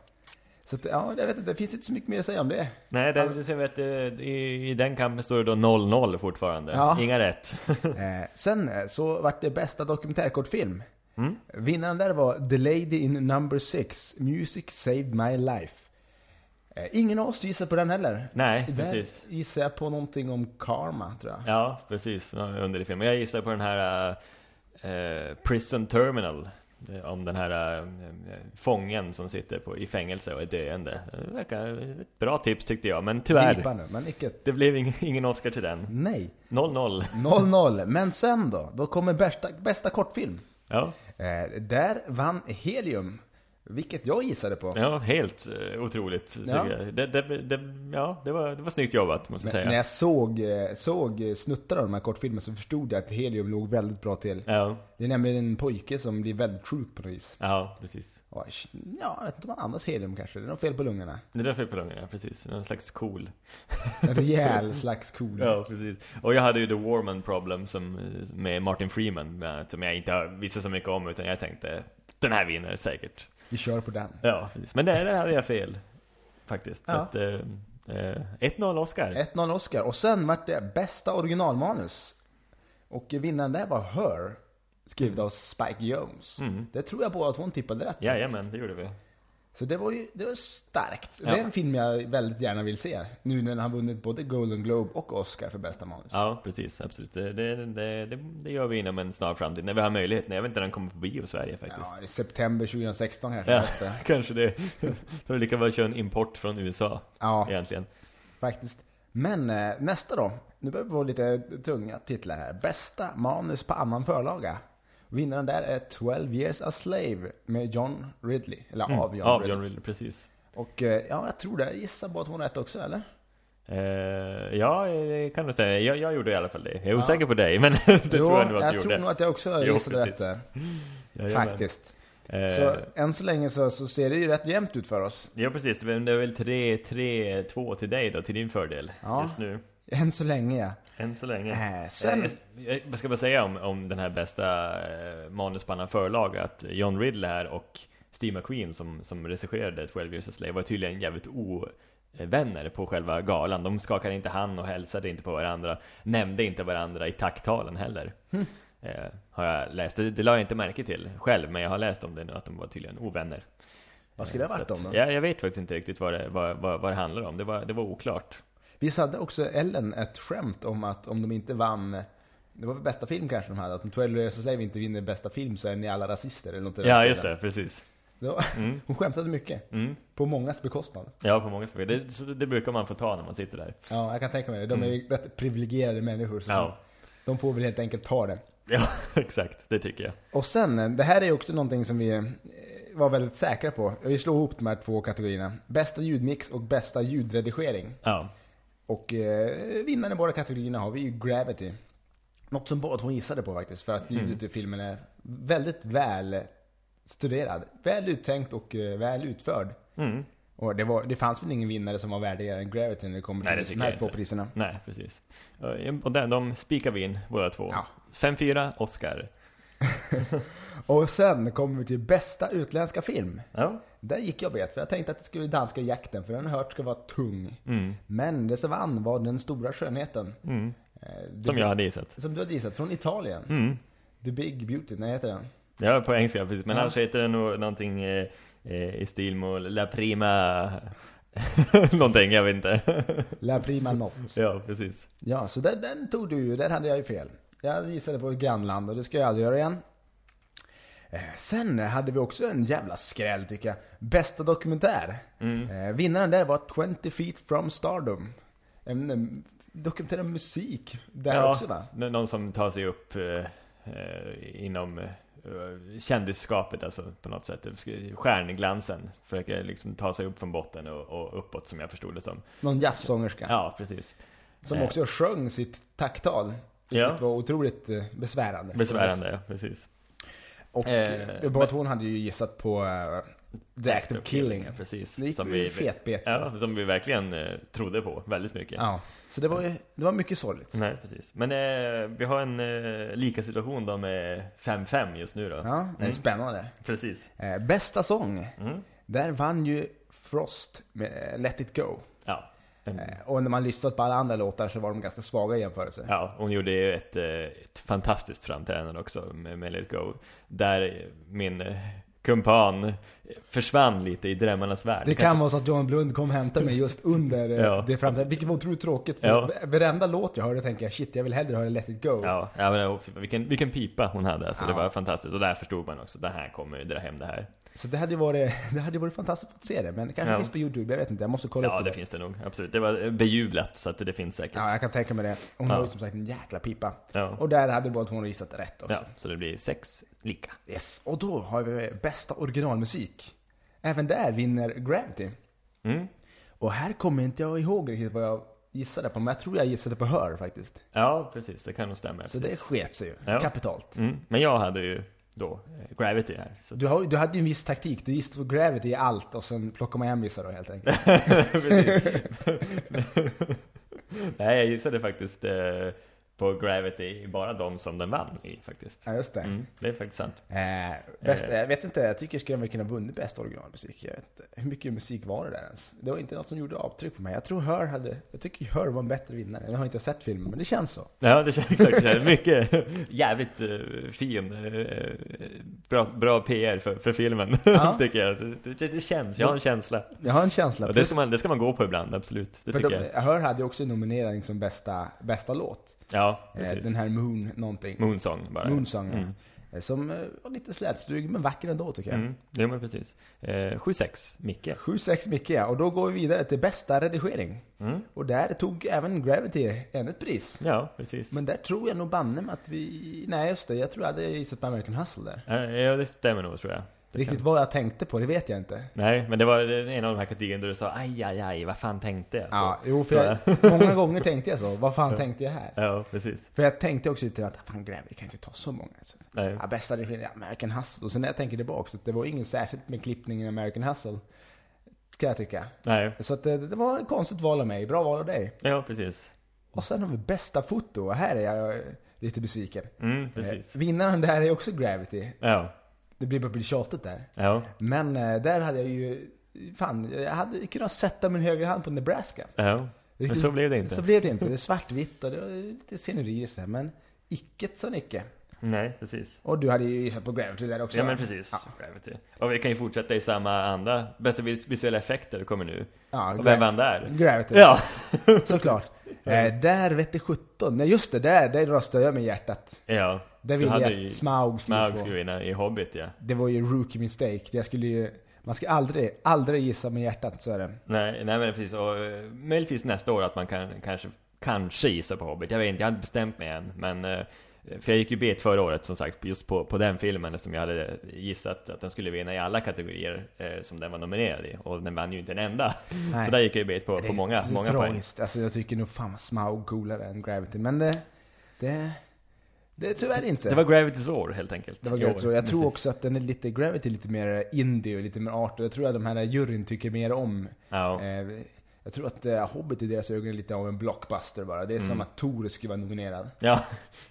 Speaker 3: Så att, ja, jag vet inte, det finns inte så mycket mer att säga om det.
Speaker 2: Nej, där, du ser vi att eh, i, i den kampen står det då 0-0 fortfarande.
Speaker 3: Ja.
Speaker 2: Inga rätt.
Speaker 3: Eh, sen eh, så vart det bästa dokumentärkortfilm.
Speaker 2: Mm.
Speaker 3: Vinnaren där var The Lady in Number Six, Music Saved My Life. Eh, ingen av oss gissar på den heller.
Speaker 2: Nej,
Speaker 3: Där
Speaker 2: precis.
Speaker 3: gissar jag på någonting om karma, tror jag.
Speaker 2: Ja, precis. Ja, Underlig film. Jag gissar på den här eh, eh, Prison Terminal. Det- Om den här eh, fången som sitter på, i fängelse och är döende. Det verkar ett bra tips tyckte jag, men tyvärr.
Speaker 3: Gripa nu, men icke.
Speaker 2: Det blev ingen, ingen Oscar till den.
Speaker 3: Nej.
Speaker 2: 0-0.
Speaker 3: 0-0. Men sen då? Då kommer bästa, bästa kortfilm.
Speaker 2: Ja,
Speaker 3: Eh, där vann Helium. Vilket jag gissade på.
Speaker 2: ja helt eh, otroligt.
Speaker 3: Ja.
Speaker 2: Ja. Det, det, det, ja, det, var, det var snyggt jobbat måste jag
Speaker 3: Men,
Speaker 2: säga.
Speaker 3: när jag såg, eh, såg eh, snuttar av de här kortfilmerna så förstod jag att Helium låg väldigt bra till.
Speaker 2: Ja,
Speaker 3: Det är nämligen en pojke som blir väldigt sjuk på något vis.
Speaker 2: ja, precis.
Speaker 3: Ja, jag vet inte vad annars helium kanske. Det är något fel på lungorna.
Speaker 2: Det där fick på lungorna, precis. Någon slags cool.
Speaker 3: En rejäl slags cool.
Speaker 2: Ja, precis. Och jag hade ju The Warman Problem som, eh, med Martin Freeman, bland annat, som jag inte har- visste så mycket om, utan jag tänkte den här vinner säkert.
Speaker 3: Vi kör på den.
Speaker 2: Ja, precis. Men där, där hade jag fel, faktiskt. Så
Speaker 3: Ja.
Speaker 2: att, eh, eh, 1-0 Oscar.
Speaker 3: 1-0 Oscar. Och sen vart det bästa originalmanus. Och vinnaren där var Her. Skrivet av Spike Jones.
Speaker 2: Mm.
Speaker 3: Det tror jag båda två tippade rätt.
Speaker 2: Jajamän, det gjorde vi.
Speaker 3: Så det var ju det var starkt.
Speaker 2: Ja.
Speaker 3: Det är en film jag väldigt gärna vill se. Nu när den har vunnit både Golden Globe och Oscar för bästa manus.
Speaker 2: Ja, precis. Absolut. Det, det, det, det, det gör vi inom en snar framtid, när vi har möjlighet. Nej, Jag vet inte när den kommer på bio i Sverige faktiskt.
Speaker 3: Ja, i september 2016 kanske.
Speaker 2: Ja,
Speaker 3: Ja,
Speaker 2: kanske det. Då är det lika väl att köra en import från USA,
Speaker 3: ja
Speaker 2: egentligen.
Speaker 3: faktiskt. Men eh, nästa då. Nu börjar vi få lite tunga titlar här. Bästa manus på annan förlaga. Vinnaren där är 12 years a slave med John Ridley. Eller av
Speaker 2: Mm,
Speaker 3: John
Speaker 2: Av
Speaker 3: Ridley.
Speaker 2: John Ridley, previs.
Speaker 3: Och eh, ja, jag tror det. Jag gissar på att hon är rätt också, eller?
Speaker 2: Eh, ja, det kan du säga. Jag, jag gjorde i alla fall det. Jag är osäker på dig, men det tror jag nog att du
Speaker 3: tror
Speaker 2: gjorde.
Speaker 3: nog att jag också
Speaker 2: Jo,
Speaker 3: gissade rätt
Speaker 2: precis.
Speaker 3: där.
Speaker 2: Jajamän.
Speaker 3: Faktiskt.
Speaker 2: Eh,
Speaker 3: Så än så länge så, så ser det ju rätt jämnt ut för oss.
Speaker 2: Ja, precis. Men det är väl 3-3-2 till dig då, till din fördel.
Speaker 3: Ja.
Speaker 2: Just nu.
Speaker 3: Än så länge ja.
Speaker 2: Än så länge. Eh,
Speaker 3: Äh, sen...
Speaker 2: Jag, jag ska bara säga om, om den här bästa eh, manus på annan förlag att John Ridley här och Steve McQueen som, som regisserade 12 Years a Slave var tydligen jävligt ovänner på själva galan. De skakade inte hand och hälsade inte på varandra. Nämnde inte varandra i tacktalen heller.
Speaker 3: Hm.
Speaker 2: Eh, har jag läst. Det, det la jag inte märke till själv, men jag har läst om det nu att de var tydligen ovänner.
Speaker 3: Vad skulle det ha
Speaker 2: Eh,
Speaker 3: varit
Speaker 2: så att-
Speaker 3: om då?
Speaker 2: Jag, jag vet faktiskt inte riktigt vad det, vad, vad, vad det handlar om. Det var, det var oklart.
Speaker 3: Vi hade också Ellen ett skämt om att om de inte vann det var för bästa film kanske de hade, att om 12 Years a Slave inte vinner bästa film så är ni alla rasister eller något i den
Speaker 2: Ja,
Speaker 3: stilen.
Speaker 2: just det. Precis.
Speaker 3: Det var-
Speaker 2: Mm.
Speaker 3: Hon skämtade mycket,
Speaker 2: Mm.
Speaker 3: på mångas bekostnad.
Speaker 2: Ja, på många språk. Det, så det brukar man få ta när man sitter där.
Speaker 3: Ja, jag kan tänka mig det. De är ju rätt privilegierade människor så
Speaker 2: Mm. Ja,
Speaker 3: de får väl helt enkelt ta det.
Speaker 2: ja exakt. Det tycker jag.
Speaker 3: Och sen, det här är ju också någonting som vi eh, var väldigt säkra på. Vi slog ihop de här två kategorierna. Bästa ljudmix och bästa ljudredigering.
Speaker 2: Ja,
Speaker 3: Och eh, vinnaren i båda kategorierna har vi ju Gravity. Något som båda två gissade på faktiskt, för
Speaker 2: Mm.
Speaker 3: att ljudet i filmen är väldigt väl studerad. Väl uttänkt och eh, väl utförd.
Speaker 2: mm.
Speaker 3: Och det, var, det fanns väl ingen vinnare som var värdigare än Gravity när det kommer
Speaker 2: Nej, det
Speaker 3: till
Speaker 2: tycker
Speaker 3: de här
Speaker 2: jag
Speaker 3: två
Speaker 2: inte.
Speaker 3: priserna.
Speaker 2: nej precis. Eh, Och där, de spikar vi in båda två.
Speaker 3: Ja.
Speaker 2: 5-4, Oscar.
Speaker 3: Och sen kommer vi till bästa utländska film.
Speaker 2: Ja.
Speaker 3: Där gick jag bet, för jag tänkte att det skulle bli danska jakten, för den har jag hört ska vara tung.
Speaker 2: Mm.
Speaker 3: Men det som vann var Den stora skönheten.
Speaker 2: Mm.
Speaker 3: Eh, The
Speaker 2: Som
Speaker 3: Big-
Speaker 2: jag hade gissat.
Speaker 3: Som du hade gissat, från Italien.
Speaker 2: Mm.
Speaker 3: The Big Beauty, nej heter den?
Speaker 2: Ja, på engelska precis. Men
Speaker 3: Ja.
Speaker 2: annars heter den nog någonting eh, eh, i stil med La Prima... någonting, jag vet inte.
Speaker 3: La Prima Not.
Speaker 2: ja, precis.
Speaker 3: Ja, så där, den tog du ju. Där hade jag ju fel. Jag gissade på ett grannland och det ska jag aldrig göra igen. Eh, Sen hade vi också en jävla skräll tycker jag. Bästa dokumentär.
Speaker 2: Mm.
Speaker 3: Eh, Vinnaren där var 20 feet from stardom. En eh, dokumentär om musik där
Speaker 2: ja,
Speaker 3: också va?
Speaker 2: n- Någon som tar sig upp eh, eh, inom eh, kändisskapet alltså på något sätt. Stjärnglansen. Försöker liksom ta sig upp från botten och, och uppåt som jag förstod det som.
Speaker 3: Någon jazzsångerska.
Speaker 2: Ja, precis.
Speaker 3: Som
Speaker 2: Eh.
Speaker 3: också sjöng sitt tacktal.
Speaker 2: Ja.
Speaker 3: Vilket var otroligt eh, besvärande.
Speaker 2: Besvärande, ja, precis.
Speaker 3: Och
Speaker 2: Eh,
Speaker 3: eh, båda två hade ju gissat på eh, The Act of Killing.
Speaker 2: Precis.
Speaker 3: Det gick ju fet
Speaker 2: Ja, som vi verkligen eh, trodde på väldigt mycket.
Speaker 3: Ja. Så det var ju, det var mycket sorgligt.
Speaker 2: Nej, precis. Men eh, vi har en eh, lika situation då med 5-5 just nu då.
Speaker 3: Ja, Mm. det är spännande.
Speaker 2: Precis.
Speaker 3: Eh, bästa sång.
Speaker 2: Mm.
Speaker 3: Där vann ju Frost med eh, Let It Go.
Speaker 2: Ja. En,
Speaker 3: Eh, och när man lyssnat på alla andra låtar så var de ganska svaga i jämförelse.
Speaker 2: ja, hon gjorde ju ett, eh, ett fantastiskt framträdande också med, med Let It Go. Där eh, min eh, kumpan försvann lite i drömmarnas värld.
Speaker 3: Det
Speaker 2: Kanske-
Speaker 3: kan vara så att Johan Blund kom hämta mig just under eh,
Speaker 2: Ja.
Speaker 3: det framträdandet, vilket var otroligt tråkigt. För
Speaker 2: Ja.
Speaker 3: Varenda låt jag hörde tänker jag, shit jag vill hellre höra Let It Go.
Speaker 2: Ja, ja men, oh, fy fan, vilken, vilken pipa hon hade alltså, det
Speaker 3: Ja.
Speaker 2: var fantastiskt. Och där förstod man också, det här kommer ju dra hem det här.
Speaker 3: Så det hade ju varit, det hade ju varit fantastiskt att se det, men det kanske
Speaker 2: Ja.
Speaker 3: finns på Youtube, jag vet inte, jag måste kolla
Speaker 2: Ja,
Speaker 3: upp
Speaker 2: det finns det nog, absolut. Det var eh, bejublat, så att det finns säkert.
Speaker 3: Ja,
Speaker 2: Ja,
Speaker 3: jag kan tänka mig det. Hon
Speaker 2: Ja.
Speaker 3: har ju som sagt en jäkla pipa.
Speaker 2: ja.
Speaker 3: Och där hade båda två gissat rätt också.
Speaker 2: så det blir sex lika.
Speaker 3: Yes, och då har vi bästa originalmusik. Även där vinner Gravity.
Speaker 2: Mm.
Speaker 3: Och här kommer inte jag ihåg riktigt vad jag gissade på, men jag tror jag gissade på Hör faktiskt.
Speaker 2: Ja, precis, det kan nog stämma.
Speaker 3: Så det
Speaker 2: precis.
Speaker 3: sket sig ju,
Speaker 2: Ja.
Speaker 3: kapitalt.
Speaker 2: Mm. Men jag hade ju då eh, Gravity här. Så
Speaker 3: Du, har, du hade ju en viss taktik, du gissade på Gravity i allt och sen plockar man hem vissa då helt enkelt.
Speaker 2: Precis. Nej, jag gissade faktiskt eh, på Gravity, bara de som den vann i faktiskt.
Speaker 3: Ja, just det.
Speaker 2: Mm, det är faktiskt sant.
Speaker 3: Eh, bäst, jag vet inte, jag tycker skulle man kunna ha vunnit bästa originalmusik. Jag vet inte, hur mycket musik var det där ens? Det var inte något som gjorde avtryck på mig. Jag tror Hör hade, jag tycker Hör var en bättre vinnare. Jag har inte sett filmen, men det känns så.
Speaker 2: Ja, det känns exakt så. här. Mycket jävligt eh, fin, eh, bra, bra PR för, för filmen,
Speaker 3: Ja.
Speaker 2: tycker jag. Det, det, det känns, jag har en känsla.
Speaker 3: Jag har en känsla.
Speaker 2: Och det, ska man, det ska man gå på ibland, absolut. Det
Speaker 3: För
Speaker 2: tycker
Speaker 3: de,
Speaker 2: jag.
Speaker 3: Hör hade ju också en nominering som bästa, bästa låt.
Speaker 2: Ja,
Speaker 3: Eh,
Speaker 2: precis.
Speaker 3: Den här Moon någonting.
Speaker 2: Moonsong bara.
Speaker 3: Moonsong, ja.
Speaker 2: Mm.
Speaker 3: Eh, Som eh, var lite slätstruken men vacker ändå tycker jag.
Speaker 2: Mm. Ja, men precis. Eh, 7-6, Micke.
Speaker 3: 7-6 Micke ja, och då går vi vidare till bästa redigering.
Speaker 2: Mm.
Speaker 3: Och där tog även Gravity ännu ett pris.
Speaker 2: Ja, precis.
Speaker 3: Men där tror jag nog banne mig att vi... Nej just det, jag tror jag hade gissat på American Hustle där.
Speaker 2: Eh, Ja, det stämmer nog tror jag. Det
Speaker 3: Riktigt vad jag tänkte på, det vet jag inte.
Speaker 2: Nej, men det var en av de här kategorierna där du sa aj, aj, aj, vad fan tänkte jag? på?"
Speaker 3: Ja, jo för jag, många gånger tänkte jag så. Vad fan tänkte jag här?
Speaker 2: ja precis.
Speaker 3: För jag tänkte också lite att fan Gravity kan inte ta så många. Alltså.
Speaker 2: Nej.
Speaker 3: Ja, bästa regin är American Hustle. Och sen när jag tänker tillbaka, så det var inget särskilt med klippningen i American Hustle. Kan jag tycka.
Speaker 2: Nej.
Speaker 3: Så att det, det var ett konstigt val av mig. Bra val av dig.
Speaker 2: Ja, precis.
Speaker 3: Och sen har vi bästa foto. Och här är jag eh, lite besviken.
Speaker 2: Mm, precis.
Speaker 3: Eh, vinnaren där är också Gravity.
Speaker 2: Ja,
Speaker 3: Det blir bara bli tjatigt där.
Speaker 2: ja,
Speaker 3: Men eh, där hade jag ju... Fan, jag hade kunnat sätta min högra hand på Nebraska.
Speaker 2: ja. Men så blev det inte.
Speaker 3: Så blev det inte. Det är svartvitt och det var lite scenerier och så här, Men icket sa Nicke.
Speaker 2: Nej, precis.
Speaker 3: Och du hade ju gissat på Gravity där också.
Speaker 2: Ja
Speaker 3: va?
Speaker 2: men precis.
Speaker 3: Ja.
Speaker 2: Gravity. Och vi kan ju fortsätta i samma anda. Bästa vis- visuella effekter kommer nu.
Speaker 3: Ja,
Speaker 2: Och vem
Speaker 3: Gra-
Speaker 2: vann där?
Speaker 3: Gravity.
Speaker 2: Ja!
Speaker 3: Såklart. Eh, där vette 17. Nej just det, där, där röstade jag med hjärtat.
Speaker 2: Ja.
Speaker 3: Där
Speaker 2: Du
Speaker 3: ville
Speaker 2: hade
Speaker 3: jag
Speaker 2: ju-
Speaker 3: att Smaug skulle
Speaker 2: Smaug
Speaker 3: få.
Speaker 2: skulle vinna i Hobbit ja.
Speaker 3: Det var ju rookie mistake. Jag skulle ju, man ska aldrig, aldrig gissa med hjärtat, så är det.
Speaker 2: Nej, nej men precis. Och eh, möjligtvis nästa år att man kan kanske, kanske gissa på Hobbit. Jag vet inte, jag har inte bestämt mig än. Men, eh, för jag gick ju bet förra året som sagt, just på, på den filmen eftersom jag hade gissat att den skulle vinna i alla kategorier eh, som den var nominerad i. Och den vann ju inte en enda.
Speaker 3: Nej.
Speaker 2: Så där gick jag ju bet på, på många,
Speaker 3: det är
Speaker 2: många poäng.
Speaker 3: tragiskt. Alltså jag tycker nog fan Smaug coolare än Gravity. Men det, det, det är tyvärr inte.
Speaker 2: Det var Gravitys år helt enkelt.
Speaker 3: Det var
Speaker 2: i
Speaker 3: gött
Speaker 2: år.
Speaker 3: så. Jag tror
Speaker 2: Precis.
Speaker 3: också att den är lite, Gravity är lite mer indie och lite mer art. Och jag tror att de här juryn tycker mer om.
Speaker 2: Ja,
Speaker 3: Eh, jag tror att eh, Hobbit i deras ögon är lite av en blockbuster bara. Det är
Speaker 2: Mm.
Speaker 3: som att Tor skulle vara nominerad.
Speaker 2: ja,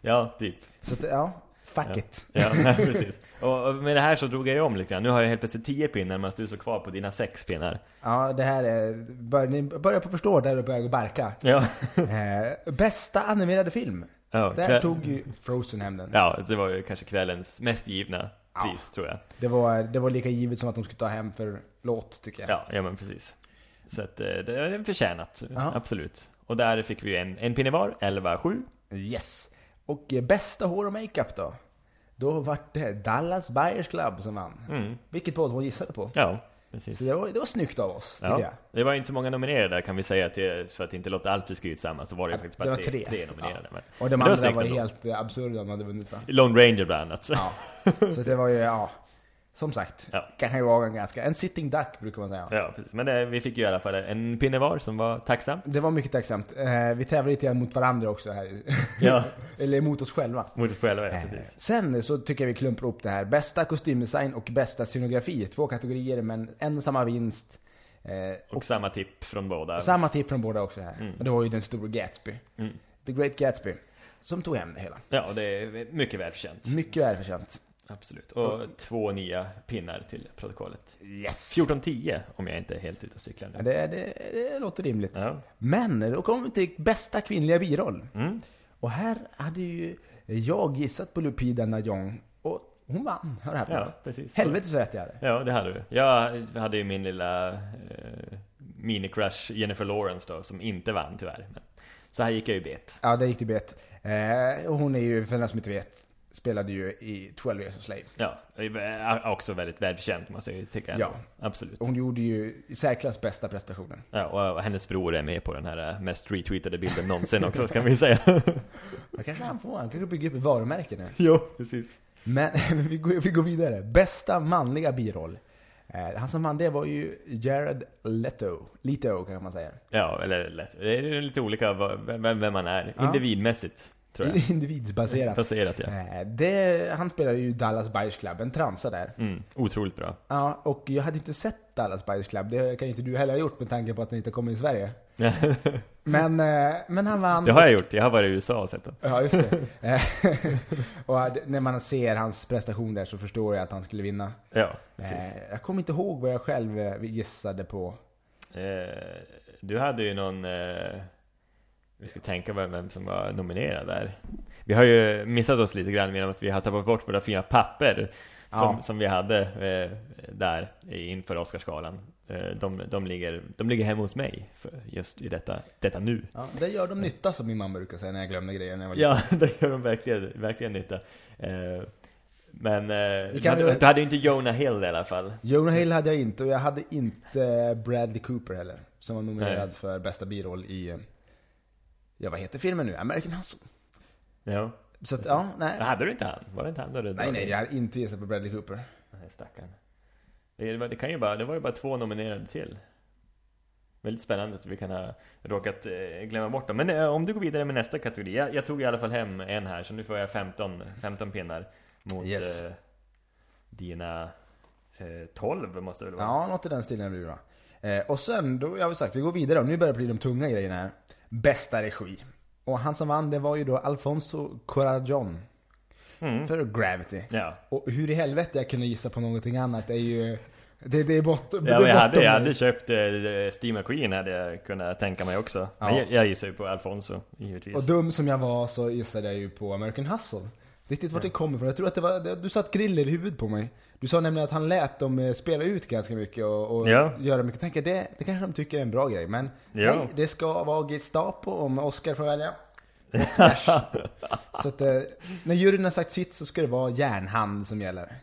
Speaker 2: ja typ.
Speaker 3: Så att, ja, fuck it.
Speaker 2: Ja, nej, precis. Och och med det här så drog jag ju om lite grann. Nu har jag helt plötsligt 10 pinnar medan du står kvar på dina 6 pinnar.
Speaker 3: Ja, det här är... Bör, ni börjar på att förstå där du börjar gå barka.
Speaker 2: Ja,
Speaker 3: Eh, bästa animerade film.
Speaker 2: ja,
Speaker 3: Där
Speaker 2: klä-
Speaker 3: tog ju Frozen hem den.
Speaker 2: ja så det var ju kanske kvällens mest givna pris tror jag.
Speaker 3: Det var, det var lika givet som att de skulle ta hem för låt, tycker jag.
Speaker 2: Ja, ja men precis. Så att eh, det är förtjänat,
Speaker 3: Ja.
Speaker 2: absolut. Och där fick vi ju en, en pinne var, 11-7.
Speaker 3: Yes. Och eh, bästa hår och makeup då? Då var det Dallas Buyers Club som vann.
Speaker 2: Mm.
Speaker 3: Vilket båda två gissade på.
Speaker 2: Ja, precis.
Speaker 3: Så det var, det var snyggt av oss, tycker
Speaker 2: Ja.
Speaker 3: jag.
Speaker 2: Det var ju inte så många nominerade där kan vi säga, till, för att inte låta allt bli skrytsamma så var det ju
Speaker 3: Ja,
Speaker 2: faktiskt
Speaker 3: det
Speaker 2: bara
Speaker 3: var
Speaker 2: tre,
Speaker 3: tre.
Speaker 2: tre nominerade. Men,
Speaker 3: Och de
Speaker 2: men det
Speaker 3: andra
Speaker 2: snyggt
Speaker 3: var
Speaker 2: ändå.
Speaker 3: helt eh, absurda om de hade vunnit va?
Speaker 2: Lone Ranger bland annat. så-
Speaker 3: Ja. Så det var ju, ja. Som sagt,
Speaker 2: Ja.
Speaker 3: kan ju vara en ganska... En sitting duck brukar man säga.
Speaker 2: Ja, precis. Men det, vi fick ju i alla fall en pinne var som var tacksam.
Speaker 3: Det var mycket tacksamt. Eh, vi tävlar lite grann mot varandra också här.
Speaker 2: Ja,
Speaker 3: Eller mot oss själva.
Speaker 2: mot oss själva, ja,
Speaker 3: Eh,
Speaker 2: precis.
Speaker 3: Sen så tycker jag vi klumpar upp det här. Bästa kostymdesign och bästa scenografi. Två kategorier men en och samma vinst. Eh,
Speaker 2: Och, samma tipp från båda.
Speaker 3: samma tipp från båda också här.
Speaker 2: Mm.
Speaker 3: Och det var ju den stora Gatsby.
Speaker 2: Mm.
Speaker 3: The Great Gatsby. Som tog hem det hela.
Speaker 2: Ja, och det är mycket välförtjänt.
Speaker 3: Mycket välförtjänt.
Speaker 2: Absolut. Och två nya pinnar till protokollet.
Speaker 3: Yes!
Speaker 2: 14-10 om jag inte är helt ute och cyklar
Speaker 3: Ja,
Speaker 2: nu.
Speaker 3: Det, det, det låter rimligt.
Speaker 2: Ja.
Speaker 3: Men då kommer vi till bästa kvinnliga biroll.
Speaker 2: Mm.
Speaker 3: Och här hade ju jag gissat på Lupita Nyong. Och hon vann, hör här.
Speaker 2: ja, precis.
Speaker 3: Helvete så rätt jag hade.
Speaker 2: Ja, det hade du. Jag hade ju min lilla eh, mini-crush Jennifer Lawrence då, som inte vann tyvärr. Men, så här gick jag ju bet.
Speaker 3: Ja, det gick det bet. Eh, och hon är ju, för den som inte vet, spelade ju i 12 years a slave.
Speaker 2: Ja, eh, också väldigt välförtjänt måste jag ju tycka. ändå.
Speaker 3: Ja. Oh.
Speaker 2: Absolut.
Speaker 3: Hon gjorde ju i särklass bästa prestationen.
Speaker 2: Ja, och, och hennes bror är med på den här eh, mest retweetade bilden någonsin också kan vi säga.
Speaker 3: Men kanske han får, han kanske bygger upp ett varumärke nu.
Speaker 2: ja, precis.
Speaker 3: Men men vi, går, vi går vidare. Bästa manliga biroll. Eh, han som vann det var ju Jared Leto. Leto kan man säga.
Speaker 2: Ja, eller lätt. Det är lite olika vad- vem, vem man är.
Speaker 3: Ja.
Speaker 2: Individmässigt, tror jag.
Speaker 3: Individbaserat.
Speaker 2: Baserat, ja.
Speaker 3: Eh, det, han spelade ju Dallas Buyers Club, en transa där.
Speaker 2: Mm, otroligt bra.
Speaker 3: Ja, och jag hade inte sett Dallas Buyers Club. Det kan ju inte du heller ha gjort med tanke på att den inte kom i Sverige. Men, eh, men han vann.
Speaker 2: Det har jag gjort. Jag har varit i USA och sett den.
Speaker 3: Ja, just det. Eh, och att- när man ser hans prestation där så förstår jag att han skulle vinna.
Speaker 2: Ja, precis.
Speaker 3: Eh, jag kommer inte ihåg vad jag själv eh, gissade på.
Speaker 2: Eh, du hade ju någon... Eh, vi ska tänka vem, vem som var nominerad där. Vi har ju missat oss lite grann genom att vi har tappat bort våra fina papper som,
Speaker 3: Ja.
Speaker 2: som vi hade eh, där inför Oscarsgalan. Eh, de, de, ligger, de ligger hemma hos mig för just i detta, detta nu.
Speaker 3: Ja, det gör de nytta som min mamma brukar säga när jag glömde grejer när jag var liten.
Speaker 2: Ja, det gör de verkligen, verkligen nytta. Eh, men eh,
Speaker 3: Vi
Speaker 2: du,
Speaker 3: kan
Speaker 2: hade,
Speaker 3: ju-
Speaker 2: du hade ju inte Jonah Hill i alla fall.
Speaker 3: Jonah Hill hade jag inte och jag hade inte Bradley Cooper heller. Som var nominerad för bästa biroll i... eh, Ja, vad heter filmen nu? American Hustle.
Speaker 2: Ja.
Speaker 3: Så att, ja, nej.
Speaker 2: Hade du inte han? Var det inte han du hade
Speaker 3: Nej, nej, jag hade inte gissat på Bradley Cooper.
Speaker 2: Nej, stackarn. Det, var- det, kan ju bara, det var ju bara två nominerade till. Väldigt spännande att vi kan ha råkat eh, glömma bort dem. Men eh, om du går vidare med nästa kategori. Jag, jag tog i alla fall hem en här, så nu får jag 15, 15 pinnar mot
Speaker 3: Yes.
Speaker 2: eh, dina eh, 12 måste det väl vara?
Speaker 3: Ja, något i den stilen blir det bra. Eh, och sen, då, jag har ju sagt, vi går vidare. Nu börjar det bli de tunga grejerna här. Bästa regi. Och han som vann, det var ju då Alfonso Cuarón
Speaker 2: Mm.
Speaker 3: för Gravity.
Speaker 2: Ja,
Speaker 3: Och hur i helvete jag kunde gissa på någonting annat är ju... Det, det är botten. det är
Speaker 2: ja men jag, hade,
Speaker 3: bortom
Speaker 2: jag
Speaker 3: mig.
Speaker 2: hade köpt eh, Steve McQueen hade jag kunnat tänka mig också. Men
Speaker 3: Ja.
Speaker 2: jag, jag gissar ju på Alfonso, givetvis.
Speaker 3: Och dum som jag var så gissade jag ju på American Hustle. Riktigt vart det kommer ifrån. Jag tror att det var, det- du satt griller i huvudet på mig. Du sa nämligen att han lät dem eh, spela ut ganska mycket och, och
Speaker 2: Ja.
Speaker 3: göra mycket. Tänker det, det kanske de tycker är en bra grej. Men
Speaker 2: Ja.
Speaker 3: nej, det ska vara Gestapo om Oscar får välja. Oscars. så att eh, när juryn har sagt sitt så ska det vara järnhand som gäller.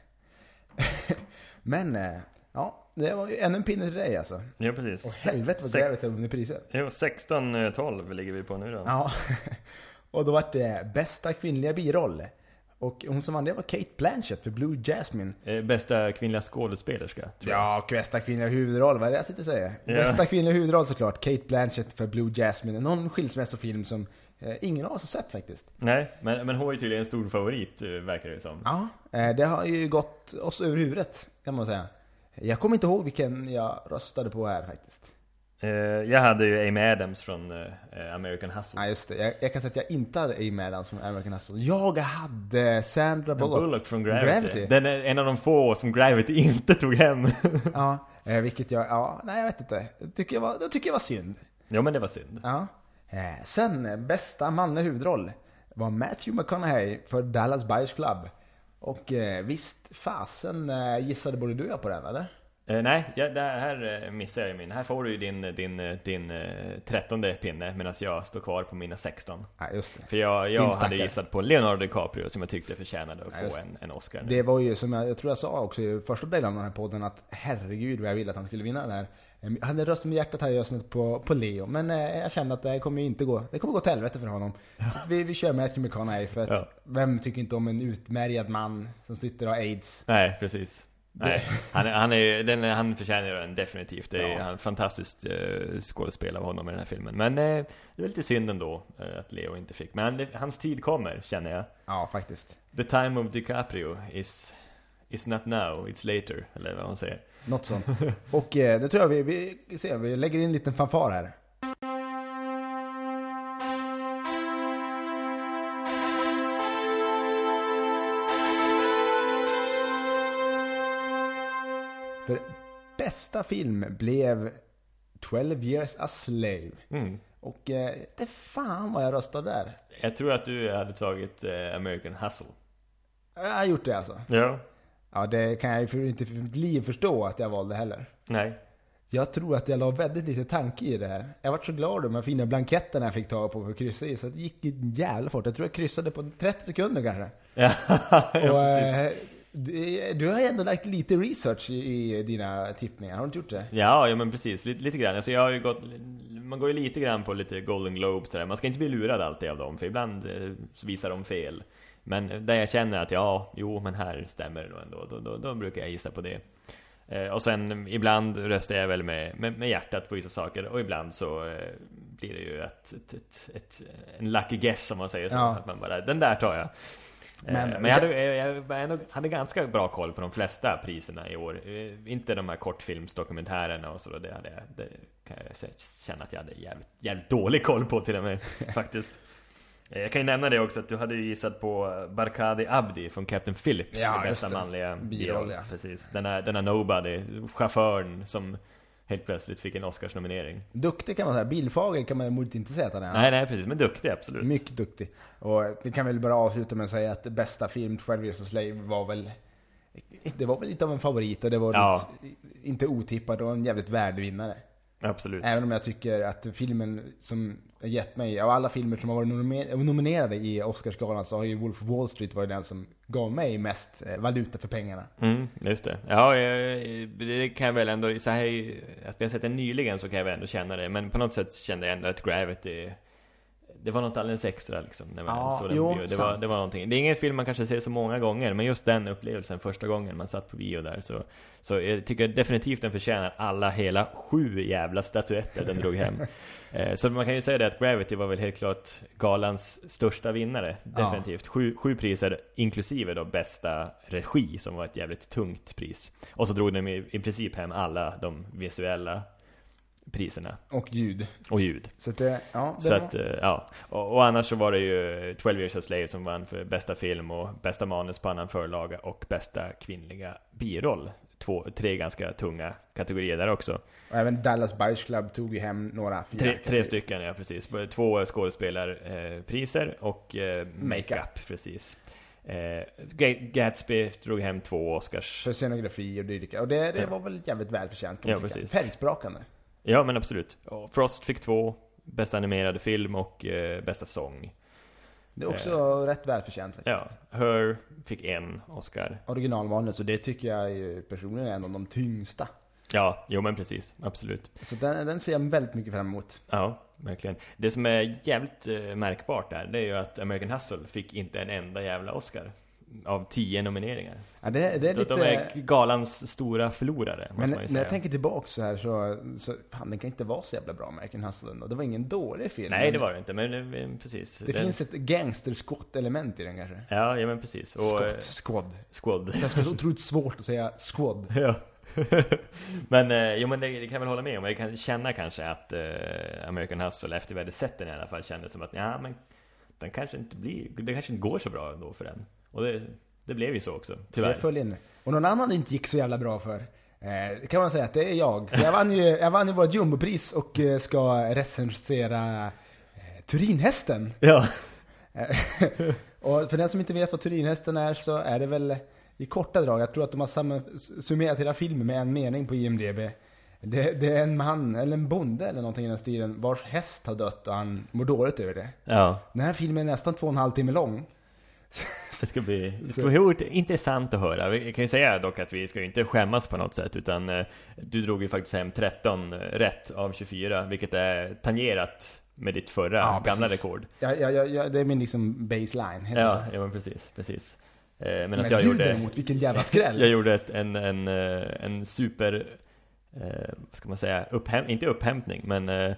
Speaker 3: Men eh, ja, det var ju ännu en pinne till dig alltså.
Speaker 2: Ja, precis.
Speaker 3: Och helvete vad
Speaker 2: Sex-
Speaker 3: grävet jag under priset.
Speaker 2: Jo, 16-12 ligger vi på nu då.
Speaker 3: Ja. Och då vart det bästa kvinnliga biroll. Och hon som vann det var Kate Blanchett för Blue Jasmine.
Speaker 2: Eh, Bästa kvinnliga skådespelerska, tror jag.
Speaker 3: Ja, och bästa kvinnliga huvudroll, vad är det jag sitter och säger?
Speaker 2: Ja.
Speaker 3: Bästa kvinnliga huvudroll såklart, Kate Blanchett för Blue Jasmine. Någon skilsmässofilm som eh, ingen av oss har sett faktiskt.
Speaker 2: Nej, men, men hon är ju tydligen en stor favorit, eh, verkar det som.
Speaker 3: Ja, eh, det har ju gått oss över huvudet kan man säga. Jag kommer inte ihåg vilken jag röstade på här faktiskt.
Speaker 2: Eh, jag hade ju Amy Adams från eh, American Hustle.
Speaker 3: Nej just det, jag, jag kan säga att jag inte hade Amy Adams från American Hustle. Jag hade Sandra
Speaker 2: Men
Speaker 3: Bullock.
Speaker 2: Bullock från Gravity.
Speaker 3: Gravity.
Speaker 2: Den är en av de få som Gravity inte tog hem.
Speaker 3: Ja, eh, vilket jag, ja, nej jag vet inte. Det tycker jag var, det tycker jag var synd.
Speaker 2: ja, men det var synd.
Speaker 3: Ja. Eh, Sen, eh, bästa manliga huvudroll var Matthew McConaughey för Dallas Buyers Club. Och eh, visst fasen eh, gissade både du och jag på den eller?
Speaker 2: Eh, nej, ja, det här eh, missar jag ju min. Här får du ju din, din, eh, din eh, trettonde pinne medan jag står kvar på mina 16.
Speaker 3: Ja, just det.
Speaker 2: För jag,
Speaker 3: Din
Speaker 2: jag hade
Speaker 3: stackare.
Speaker 2: gissat på Leonardo DiCaprio som jag tyckte förtjänade att
Speaker 3: Ja,
Speaker 2: få
Speaker 3: just
Speaker 2: en, en Oscar. nu.
Speaker 3: Det var ju som jag, jag tror jag sa också i första delen av den här podden att herregud vad jag ville att han skulle vinna den här. Eh, Hade jag röstat med hjärtat hade jag röstat på, på Leo, men eh, jag kände att det här kommer ju inte gå. Det kommer gå till helvete för honom. Så att vi, vi kör Matthew McConaughey för att
Speaker 2: Ja.
Speaker 3: vem tycker inte om en utmärgad man som sitter och har aids?
Speaker 2: Nej, precis. Typ. Nej, han, är- han, är, ju- den, han förtjänar ju den definitivt. Det är
Speaker 3: Ja.
Speaker 2: han är en fantastiskt eh, skådespel av honom i den här filmen. Men eh, det är lite synd ändå eh, att Leo inte fick. Men han, det, hans tid kommer, känner jag.
Speaker 3: Ja, faktiskt.
Speaker 2: The time of DiCaprio is, is not now, it's later. Eller vad hon säger.
Speaker 3: Något sånt. Och eh, det tror jag vi, vi, vi ser, vi lägger in en liten fanfar här. För bästa film blev 12 years a slave.
Speaker 2: Mm.
Speaker 3: Och eh, det fan vad jag röstade där.
Speaker 2: Jag tror att du hade tagit eh, American Hustle.
Speaker 3: Jag har gjort det alltså.
Speaker 2: Ja.
Speaker 3: Ja, det kan jag ju för, inte för mitt liv förstå att jag valde heller.
Speaker 2: Nej.
Speaker 3: Jag tror att jag la väldigt lite tanke i det här. Jag vart så glad över de här fina blanketterna jag fick tag på för att kryssa i, så det gick ju jävla fort. Jag tror jag kryssade på 30 sekunder kanske.
Speaker 2: Ja,
Speaker 3: Och,
Speaker 2: ja, precis.
Speaker 3: eh, du, du har ju ändå lagt lite research i, i dina tippningar, har du inte gjort det?
Speaker 2: Ja, ja men precis, lite, lite grann. Alltså jag har ju gått, man går ju lite grann på lite Golden Globes där. Man ska inte bli lurad alltid av dem, för ibland eh, så visar de fel. Men där jag känner att ja, jo men här stämmer det nog ändå, då, då, då brukar jag gissa på det. Eh, och sen ibland röstar jag väl med, med, med hjärtat på vissa saker och ibland så eh, blir det ju ett, ett, ett, ett, en lucky guess om man säger så.
Speaker 3: Ja.
Speaker 2: Att man bara, den där tar jag.
Speaker 3: Men-
Speaker 2: Eh, Men, men jag, hade, jag, jag var ändå- hade ganska bra koll på de flesta priserna i år. Eh, Inte de här kortfilmsdokumentärerna och så. då, Det, hade, jag- det kan jag k- känna att jag hade jävligt, jävligt dålig koll på till och med faktiskt. Eh, Jag kan ju nämna det också att du hade ju gissat på Barkadi Abdi från Captain Phillips
Speaker 3: Ja,
Speaker 2: i
Speaker 3: just
Speaker 2: bästa
Speaker 3: det.
Speaker 2: manliga
Speaker 3: Biroll,
Speaker 2: biroll.
Speaker 3: ja.
Speaker 2: Precis, denna, denna nobody, chauffören som helt plötsligt fick en Oscarsnominering.
Speaker 3: Duktig kan man säga, bilfager kan man emot inte säga att han är.
Speaker 2: Nej, nej precis, men duktig absolut.
Speaker 3: Mycket duktig. Och det kan väl bara avsluta med att säga att bästa film, 12 Years a Slave, var väl... Det var väl lite av en favorit och det var
Speaker 2: Ja.
Speaker 3: lite, inte otippat och en jävligt värd vinnare.
Speaker 2: Absolut.
Speaker 3: Även om jag tycker att filmen som har gett mig, av alla filmer som har varit nomine- nominerade i Oscarsgalan så har ju Wolf of Wall Street varit den som gav mig mest eh, valuta för pengarna.
Speaker 2: Mm, just det. Ja, jag- jag- det kan jag väl ändå, så här, i- att vi har sett den nyligen så kan jag väl ändå känna det. Men på något sätt kände jag ändå att Gravity, det var något alldeles extra liksom. När man
Speaker 3: Ja,
Speaker 2: såg den
Speaker 3: jo,
Speaker 2: på bio. det, var,
Speaker 3: sant.
Speaker 2: det var någonting. Det är ingen film man kanske ser så många gånger, men just den upplevelsen första gången man satt på bio där så, så jag tycker definitivt den förtjänar alla hela sju jävla statuetter den drog hem. Eh, Så man kan ju säga det att Gravity var väl helt klart galans största vinnare.
Speaker 3: Ja.
Speaker 2: Definitivt. Sju, sju priser inklusive då bästa regi som var ett jävligt tungt pris. Och så drog de i, i princip hem alla de visuella priserna
Speaker 3: Och ljud.
Speaker 2: och ljud.
Speaker 3: Så att det, ja. Det
Speaker 2: Så
Speaker 3: var,
Speaker 2: att, eh, ja. Och, och annars så var det ju 12 years a slave som vann för bästa film och bästa manus på annan förlaga och bästa kvinnliga biroll. Två, tre ganska tunga kategorier där också.
Speaker 3: och även Dallas Buyers Club tog ju hem några fyra
Speaker 2: Tre,
Speaker 3: kategorier.
Speaker 2: tre stycken, ja precis. Två skådespelarpriser och eh, makeup, precis. Eh, Ga- Gatsby drog hem två Oscars.
Speaker 3: För scenografi och dylika. Och det, det
Speaker 2: Ja.
Speaker 3: var väl jävligt välförtjänt. kan
Speaker 2: Ja,
Speaker 3: man tycka.
Speaker 2: precis.
Speaker 3: Färgsprakande.
Speaker 2: Ja, men absolut. Och Frost fick två, bästa animerade film och eh, bästa sång.
Speaker 3: Det är också rätt välförtjänt faktiskt.
Speaker 2: Ja, Her fick en Oscar.
Speaker 3: Originalmanus, och det tycker jag ju personligen är en av de tyngsta.
Speaker 2: Ja, jo men precis, absolut.
Speaker 3: Så den, den ser jag väldigt mycket fram emot.
Speaker 2: Ja, verkligen. Det som är jävligt eh, märkbart där, det är ju att American Hustle fick inte en enda jävla Oscar. Av tio nomineringar.
Speaker 3: Ja, det, det är
Speaker 2: De-
Speaker 3: lite...
Speaker 2: De är galans stora förlorare, måste man
Speaker 3: Men
Speaker 2: ju
Speaker 3: när
Speaker 2: säga.
Speaker 3: jag tänker tillbaka så här så, så fan den kan inte vara så jävla bra American Hustle ändå. Det var ingen dålig film.
Speaker 2: Nej,
Speaker 3: men
Speaker 2: det var det inte, men eh, precis.
Speaker 3: Det finns ett gangsterskott-element i den kanske.
Speaker 2: Ja, ja men precis. Och... eh,
Speaker 3: Skott, squad.
Speaker 2: Squad.
Speaker 3: Det är så otroligt svårt att säga squad.
Speaker 2: Ja. men eh, jo, men det, det kan jag väl hålla med om. Jag kan känna kanske att eh, American Hustle, efter vi hade sett den i alla fall, kändes som att ja, men den kanske inte blir, det kanske inte går så bra ändå för den. Och det, det blev ju så också, tyvärr.
Speaker 3: Det föll in. Och någon annan det inte gick så jävla bra för. Eh, det kan man säga att det är jag. Så jag vann ju, jag vann ju vårt jumbopris och eh, ska recensera eh, Turinhästen.
Speaker 2: Ja,
Speaker 3: Eh, och för den som inte vet vad Turinhästen är så är det väl i korta drag, jag tror att de har samma, summerat hela filmen med en mening på IMDB. Det, det är en man, eller en bonde eller någonting i den stilen, vars häst har dött och han mår dåligt över det.
Speaker 2: ja.
Speaker 3: Den här filmen är nästan två och en halv timme lång.
Speaker 2: Så det ska bli, det ska bli oerhört intressant att höra. Vi kan ju säga dock att vi ska ju inte skämmas på något sätt, utan eh, du drog ju faktiskt hem 13 rätt av 24, vilket är tangerat med ditt förra
Speaker 3: Ja,
Speaker 2: gamla
Speaker 3: precis.
Speaker 2: rekord.
Speaker 3: Jag, jag, jag, jag, det är min liksom baseline. heter det
Speaker 2: Ja,
Speaker 3: så?
Speaker 2: ja men precis, precis. Eh, medan
Speaker 3: Men
Speaker 2: jag
Speaker 3: gud
Speaker 2: gjorde...
Speaker 3: däremot, vilken jävla skräll!
Speaker 2: Jag gjorde ett, en, en, eh, en super, eh, vad ska man säga, upphem, inte upphämtning, men eh,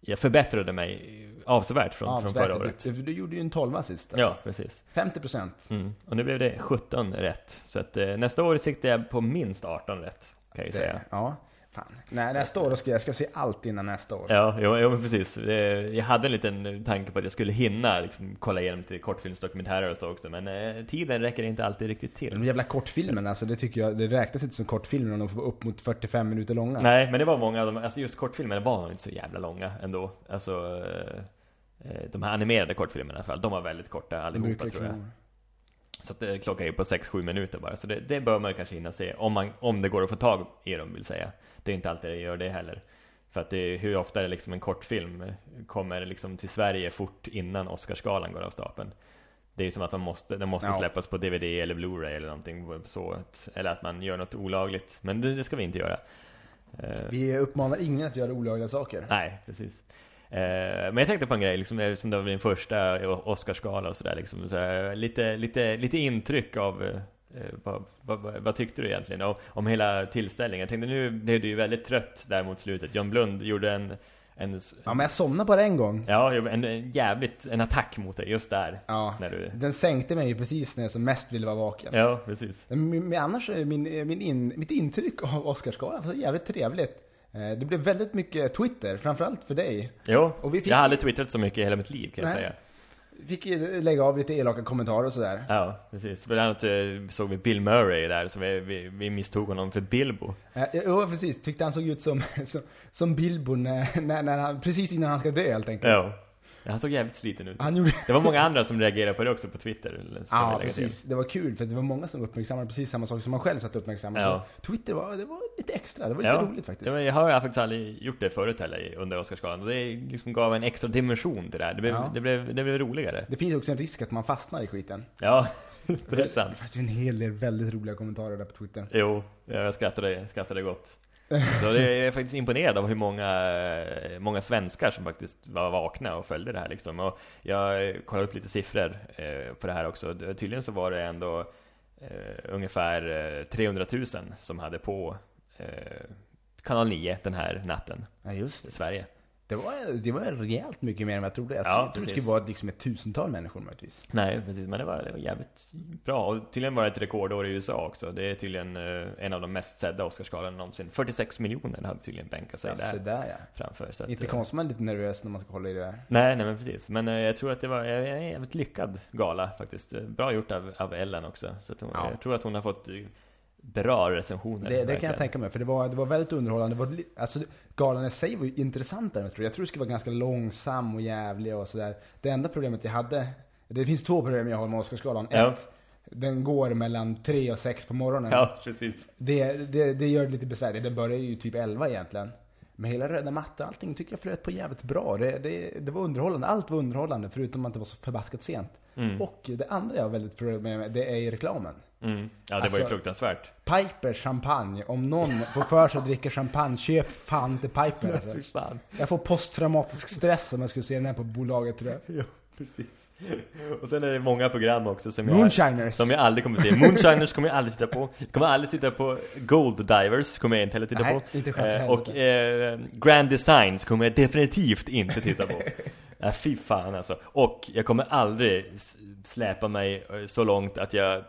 Speaker 2: jag förbättrade mig avsevärt från,
Speaker 3: Ja,
Speaker 2: från
Speaker 3: verkligen.
Speaker 2: förra året.
Speaker 3: Du, du gjorde ju en tolva sist. Alltså.
Speaker 2: Ja, precis.
Speaker 3: 50%.
Speaker 2: Mm. Och nu blev det 17 rätt. Så att, eh, nästa år siktar jag på minst 18 rätt, kan jag ju säga.
Speaker 3: Det, ja. Fan. Nej, nästa år då ska jag, jag ska se allt innan nästa år.
Speaker 2: Ja, jo, jo, men precis. Eh, Jag hade en liten tanke på att jag skulle hinna liksom, kolla igenom till kortfilmsdokumentärer och så också, men eh, tiden räcker inte alltid riktigt till.
Speaker 3: De jävla kortfilmerna, alltså det tycker jag, det räknas inte som kortfilmer om de får vara upp mot 45 minuter långa.
Speaker 2: Nej, men det var många av dem, alltså just kortfilmerna var nog inte så jävla långa ändå. Alltså, eh, eh, de här animerade kortfilmerna i alla fall, de var väldigt korta
Speaker 3: de brukar
Speaker 2: allihopa tror jag.
Speaker 3: kunna-
Speaker 2: Så att, eh, klockan är på 6-7 minuter bara, så det, det bör man ju kanske hinna se, om, man, om det går att få tag i dem vill säga. Det är inte alltid det gör det heller. För att det, är- hur ofta är liksom en kortfilm kommer liksom till Sverige fort innan Oscarsgalan går av stapeln? Det är ju som att man måste, den måste
Speaker 3: Ja.
Speaker 2: släppas på DVD eller Blu-ray eller någonting så. att- Eller att man gör något olagligt, men det, det ska vi inte göra. Eh,
Speaker 3: Vi uppmanar ingen att göra olagliga saker.
Speaker 2: Nej, precis. Eh, Men jag tänkte på en grej, liksom, eftersom det var min första Oscarsgala och sådär. Liksom, så här, lite, lite, lite intryck av eh, eh, vad, vad, vad, vad tyckte du egentligen om, om hela tillställningen? Jag tänkte nu blev du ju väldigt trött där mot slutet. John Blund gjorde en, en,
Speaker 3: Ja, men jag somnade bara en gång.
Speaker 2: ja, en, en jävligt, en attack mot dig just där.
Speaker 3: Ja.
Speaker 2: När du,
Speaker 3: Den sänkte mig ju precis när jag som mest ville vara vaken.
Speaker 2: ja, precis.
Speaker 3: Men, men annars är min, min in, mitt intryck av Oscarsgalan var så jävligt trevligt. Eh, Det blev väldigt mycket Twitter, framförallt för dig.
Speaker 2: Jo,
Speaker 3: Och vi fick-
Speaker 2: jag har aldrig twittrat så mycket i hela mitt liv kan jag
Speaker 3: Nej.
Speaker 2: säga.
Speaker 3: Fick ju lägga av lite elaka kommentarer och sådär.
Speaker 2: Ja, precis. Bland annat eh, såg vi Bill Murray där, som vi, vi, vi misstog honom för Bilbo.
Speaker 3: Eh, Jo, precis. Tyckte han såg ut som, som, som Bilbo när, när, när han, precis innan han ska dö helt enkelt.
Speaker 2: Ja. Han såg jävligt sliten ut.
Speaker 3: Han gjorde...
Speaker 2: Det var många andra som reagerade på det också på Twitter. eller ska vi
Speaker 3: Ja,
Speaker 2: lägga till.
Speaker 3: precis. Det var kul för det var många som uppmärksammade precis samma sak som man själv satt och uppmärksammade.
Speaker 2: Ja.
Speaker 3: Så Twitter var, det var lite extra, det var lite
Speaker 2: Ja.
Speaker 3: roligt faktiskt.
Speaker 2: Ja, men jag har faktiskt aldrig gjort det förut heller under Oscarsgalan. Och det liksom gav en extra dimension till det här. Det blev,
Speaker 3: Ja.
Speaker 2: det blev, det blev roligare.
Speaker 3: Det finns också en risk att man fastnar i skiten.
Speaker 2: Ja, det är sant.
Speaker 3: Det fanns ju en hel del väldigt roliga kommentarer där på Twitter.
Speaker 2: Jo, jag skrattade, skrattade gott. Så det, jag är faktiskt imponerad av hur många, eh, många svenskar som faktiskt var vakna och följde det här liksom. Och jag kollade upp lite siffror eh, på det här också. Det- Tydligen så var det ändå eh, ungefär eh, 300 000 som hade på eh, kanal 9 den här natten
Speaker 3: Ja, just det.
Speaker 2: i Sverige.
Speaker 3: Det var, det var rejält mycket mer än vad jag trodde. Jag
Speaker 2: Ja,
Speaker 3: trodde- jag trodde det
Speaker 2: precis.
Speaker 3: skulle vara liksom ett tusental människor möjligtvis.
Speaker 2: Nej, precis. Men det var, det var jävligt bra. Och tydligen var det ett rekordår i USA också. Det är tydligen eh, en av de mest sedda Oscarsgalan någonsin. 46 miljoner hade tydligen bänkat sig
Speaker 3: Ja,
Speaker 2: där.
Speaker 3: så där ja.
Speaker 2: framför. Så att,
Speaker 3: Inte
Speaker 2: eh,
Speaker 3: konstigt man är lite nervös när man ska hålla i det där.
Speaker 2: Nej, nej men precis. Men eh, jag tror att det var en en jävligt lyckad gala faktiskt. Eh, Bra gjort av, av Ellen också. Så att hon,
Speaker 3: Ja.
Speaker 2: jag tror att hon har fått eh, bra recensioner.
Speaker 3: Det, det kan
Speaker 2: verkligen.
Speaker 3: jag tänka mig, för det var, det var väldigt underhållande. Det var, li- alltså, galan i sig var ju intressantare än jag tror. Jag tror det skulle vara ganska långsam och jävlig och sådär. Det enda problemet jag hade, det finns två problem jag har med Oscarsgalan.
Speaker 2: Ja.
Speaker 3: Ett, den går mellan tre och sex på morgonen.
Speaker 2: Ja, precis.
Speaker 3: Det, det, det gör det lite besvärligt. Den börjar ju typ 11 egentligen. Men hela röda mattan, allting tycker jag flöt på jävligt bra. Det, det, det var underhållande. Allt var underhållande förutom att det var så förbaskat sent.
Speaker 2: Mm.
Speaker 3: Och det andra jag har väldigt problem med, det är ju reklamen.
Speaker 2: Mm. Ja, det var ju
Speaker 3: Alltså-
Speaker 2: fruktansvärt.
Speaker 3: Piper champagne. Om någon får för sig att dricka champagne, köp fan inte Piper. Alltså.
Speaker 2: Fy fan.
Speaker 3: Jag får posttraumatisk stress om jag skulle se den här på bolaget tror jag.
Speaker 2: Ja, precis. Och sen är det många program också som jag...
Speaker 3: Moonshiners!
Speaker 2: Som jag aldrig kommer se. Moonshiners kommer jag aldrig titta på. Jag kommer aldrig titta på Gold Divers, kommer jag inte heller titta
Speaker 3: Nej,
Speaker 2: på.
Speaker 3: inte chans i
Speaker 2: eh, och eh, Grand Designs kommer jag definitivt inte titta på. Nej, fy fan alltså. Och jag kommer aldrig s- släpa mig eh, så långt att jag,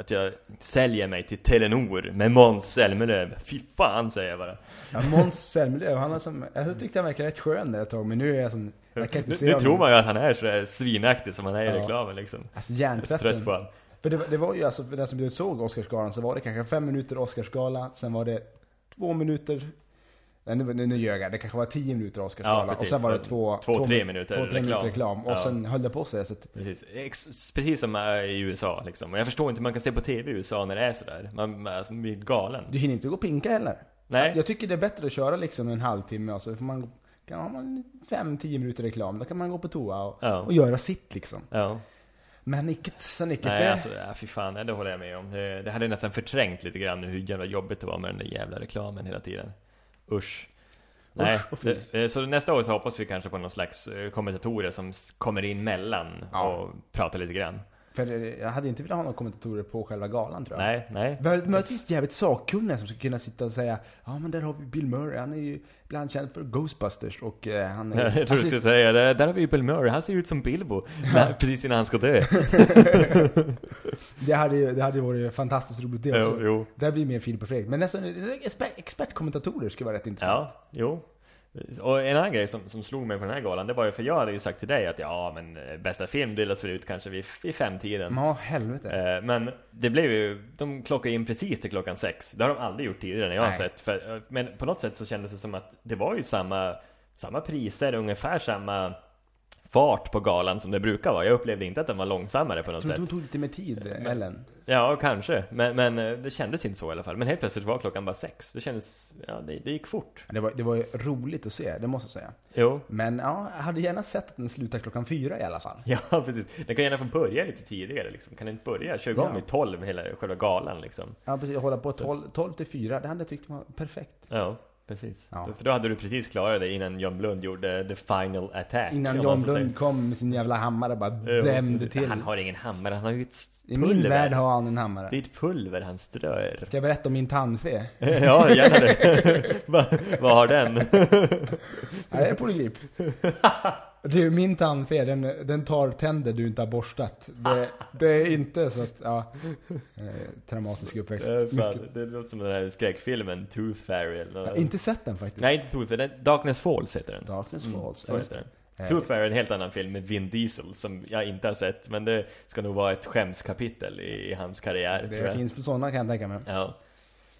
Speaker 2: att jag säljer mig till Telenor med Måns Zelmerlöw. Fy fan säger jag bara.
Speaker 3: Ja, Måns Zelmerlöw, han var som, alltså, jag tyckte han verkade rätt skön där ett tag men nu är jag som, jag kan
Speaker 2: Nu,
Speaker 3: inte se
Speaker 2: nu
Speaker 3: honom.
Speaker 2: tror man ju att han är så där svinaktig som han är i
Speaker 3: Ja.
Speaker 2: reklamen liksom.
Speaker 3: Alltså
Speaker 2: Jag är så trött
Speaker 3: hjärntvätten.
Speaker 2: på honom.
Speaker 3: För det, var- det var ju alltså, för den som inte såg Oscarsgalan så var det kanske fem minuter Oscarsgala, sen var det två minuter, nej nu, nu, nu ljög jag, det kanske var tio minuter
Speaker 2: Ja,
Speaker 3: Oscarsgala
Speaker 2: precis.
Speaker 3: och sen var det två,
Speaker 2: Två, tre minuter
Speaker 3: två, tre
Speaker 2: reklam.
Speaker 3: minuter reklam och
Speaker 2: Ja.
Speaker 3: sen höll det på sig. Så att,
Speaker 2: Precis, Ex precis som eh, i USA liksom. Och jag förstår inte hur man kan se på TV i USA när det är sådär. Man, man alltså, man blir galen.
Speaker 3: du hinner inte gå och pinka heller.
Speaker 2: Nej,
Speaker 3: Jag tycker det är bättre att köra liksom en halvtimme och så får man, kan, har man fem, tio minuter reklam, då kan man gå på toa och,
Speaker 2: Ja.
Speaker 3: och göra sitt liksom.
Speaker 2: ja.
Speaker 3: Men icket, sen icket.
Speaker 2: Nej
Speaker 3: det-
Speaker 2: alltså, ja, fy fan, nej, det håller jag med om. Det, det hade jag nästan förträngt lite grann hur jävla jobbigt det var med den där jävla reklamen hela tiden. Usch. Nej,
Speaker 3: och fy.
Speaker 2: det, eh, så nästa år så hoppas vi kanske på någon slags eh, kommentatorer som s- kommer in mellan
Speaker 3: Ja.
Speaker 2: och pratar lite grann.
Speaker 3: För jag hade inte velat ha några kommentatorer på själva galan tror jag.
Speaker 2: Nej, nej.
Speaker 3: Möj- Möjligtvis jävligt sakkunniga som skulle kunna sitta och säga Ja men där har vi Bill Murray, han är ju ibland känd för Ghostbusters och eh, han är...
Speaker 2: Jag tror du skulle säga det. Där har vi ju Bill Murray, han ser ju ut som Bilbo. Nej, precis innan han ska dö.
Speaker 3: det, hade ju, det hade ju varit fantastiskt roligt det
Speaker 2: jo,
Speaker 3: också.
Speaker 2: jo.
Speaker 3: Där blir det mer Filip och Fredrik. Men nästan expert, expertkommentatorer skulle vara rätt intressant.
Speaker 2: Ja, jo. Och en annan grej som, som slog mig på den här galan, det var ju för jag hade ju sagt till dig att ja, men eh, bästa film delas väl ut kanske vid, vid femtiden.
Speaker 3: Ja, helvete.
Speaker 2: Eh, Men det blev ju, de klockade in precis till klockan sex. Det har de aldrig gjort tidigare när jag har
Speaker 3: Nej.
Speaker 2: sett. För, eh, men på något sätt så kändes det som att det var ju samma, samma priser, ungefär samma fart på galan som det brukar vara. Jag upplevde inte att den var långsammare på något
Speaker 3: Tror du
Speaker 2: sätt.
Speaker 3: hon tog lite mer
Speaker 2: Eh,
Speaker 3: tid, Ellen?
Speaker 2: Ja, kanske. Men, men eh, det kändes inte så i alla fall. Men helt plötsligt var klockan bara sex. Det kändes, ja det, det gick fort.
Speaker 3: Det var, det var ju roligt att se, det måste jag säga.
Speaker 2: Jo.
Speaker 3: Men ja, jag hade gärna sett att den slutar klockan fyra i alla fall.
Speaker 2: Ja, precis. Den kan gärna få börja lite tidigare liksom. Kan den inte börja? Kör igång
Speaker 3: Ja.
Speaker 2: vid tolv, hela själva galan liksom.
Speaker 3: Ja, precis. Hålla på 12, 12 till 4, det hade jag tyckt var perfekt.
Speaker 2: Ja, precis.
Speaker 3: Ja.
Speaker 2: För då hade du precis klarat det innan John Blund gjorde the final attack.
Speaker 3: Innan
Speaker 2: om
Speaker 3: John
Speaker 2: man så
Speaker 3: Blund kom med sin jävla hammare och bara
Speaker 2: säger. Jo,
Speaker 3: dämde till.
Speaker 2: Han har ingen hammare, han har ju ett
Speaker 3: I min värld
Speaker 2: pulver.
Speaker 3: har han en hammare.
Speaker 2: Det är ett pulver han strör.
Speaker 3: Ska jag berätta om min tandfe?
Speaker 2: ja, gärna det. Va- Vad har den?
Speaker 3: Ja, det är polygrip. Du, min tandfe, den, den tar tänder du inte har borstat. Det, det är inte så att, ja. eh, Traumatisk uppväxt.
Speaker 2: Eh,
Speaker 3: Mycket.
Speaker 2: Fan, det låter som den här skräckfilmen Tooth Fairy eller
Speaker 3: Jag
Speaker 2: något.
Speaker 3: har inte sett den faktiskt.
Speaker 2: Nej, inte Tooth Fairy. den- Darkness Falls heter den.
Speaker 3: Darkness
Speaker 2: Mm,
Speaker 3: Falls.
Speaker 2: så heter den.
Speaker 3: Eh,
Speaker 2: Tooth Fairy är en helt annan film med Vin Diesel som jag inte har sett, men det ska nog vara ett skämskapitel i, i hans karriär
Speaker 3: det
Speaker 2: tror jag.
Speaker 3: finns på sådana kan jag tänka mig.
Speaker 2: Ja.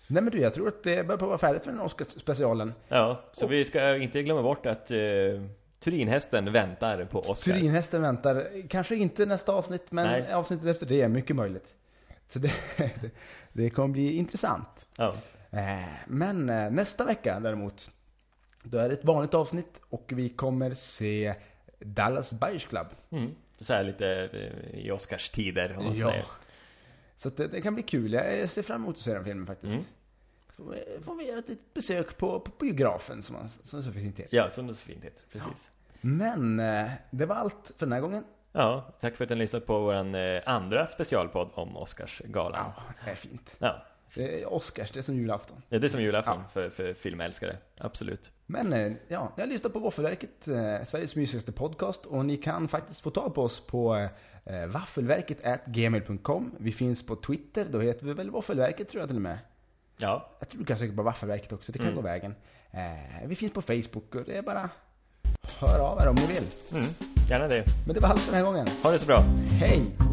Speaker 3: Nej men du, jag tror att det börjar på att vara färdigt för den Oscars-specialen.
Speaker 2: Ja, så
Speaker 3: Och-
Speaker 2: vi ska inte glömma bort att uh, Turinhästen väntar på Oscar.
Speaker 3: Turinhästen väntar, kanske inte nästa avsnitt, men
Speaker 2: Nej.
Speaker 3: avsnittet efter det är mycket möjligt. Så det, det, det kommer bli intressant.
Speaker 2: Ja.
Speaker 3: Eh, Men eh, nästa vecka däremot, då är det ett vanligt avsnitt och vi kommer se Dallas Buyers Club.
Speaker 2: Mm. Så här lite eh, i Oscarstider, om man säger.
Speaker 3: Så att det, det kan bli kul. Jag ser fram emot att se den filmen faktiskt.
Speaker 2: Mm.
Speaker 3: Så får vi- får vi göra ett litet besök på, på biografen som, man- som så fint heter.
Speaker 2: Ja, som det så fint heter. Precis.
Speaker 3: Men eh, det var allt för den här gången.
Speaker 2: Ja, tack för att ni har lyssnat på vår eh, andra specialpodd om Oscarsgalan.
Speaker 3: Ja, det är fint.
Speaker 2: Ja.
Speaker 3: Det är Oscars, det är som julafton.
Speaker 2: Det är som julafton för, för filmälskare. Absolut.
Speaker 3: Men eh, ja, ni har lyssnat på Våffelverket, eh, Sveriges mysigaste podcast. Och ni kan faktiskt få tag på oss på eh, waffelverket.gmail.com. Vi finns på Twitter, då heter vi väl Våffelverket tror jag till och med.
Speaker 2: Ja,
Speaker 3: Jag tror du kan söka på Vaffelverket också, det kan
Speaker 2: Mm.
Speaker 3: gå vägen. Eh, vi finns på Facebook och det är bara hör av er om ni vill.
Speaker 2: mm. gärna det.
Speaker 3: Men det var allt för den här gången.
Speaker 2: Ha det så bra.
Speaker 3: Hej!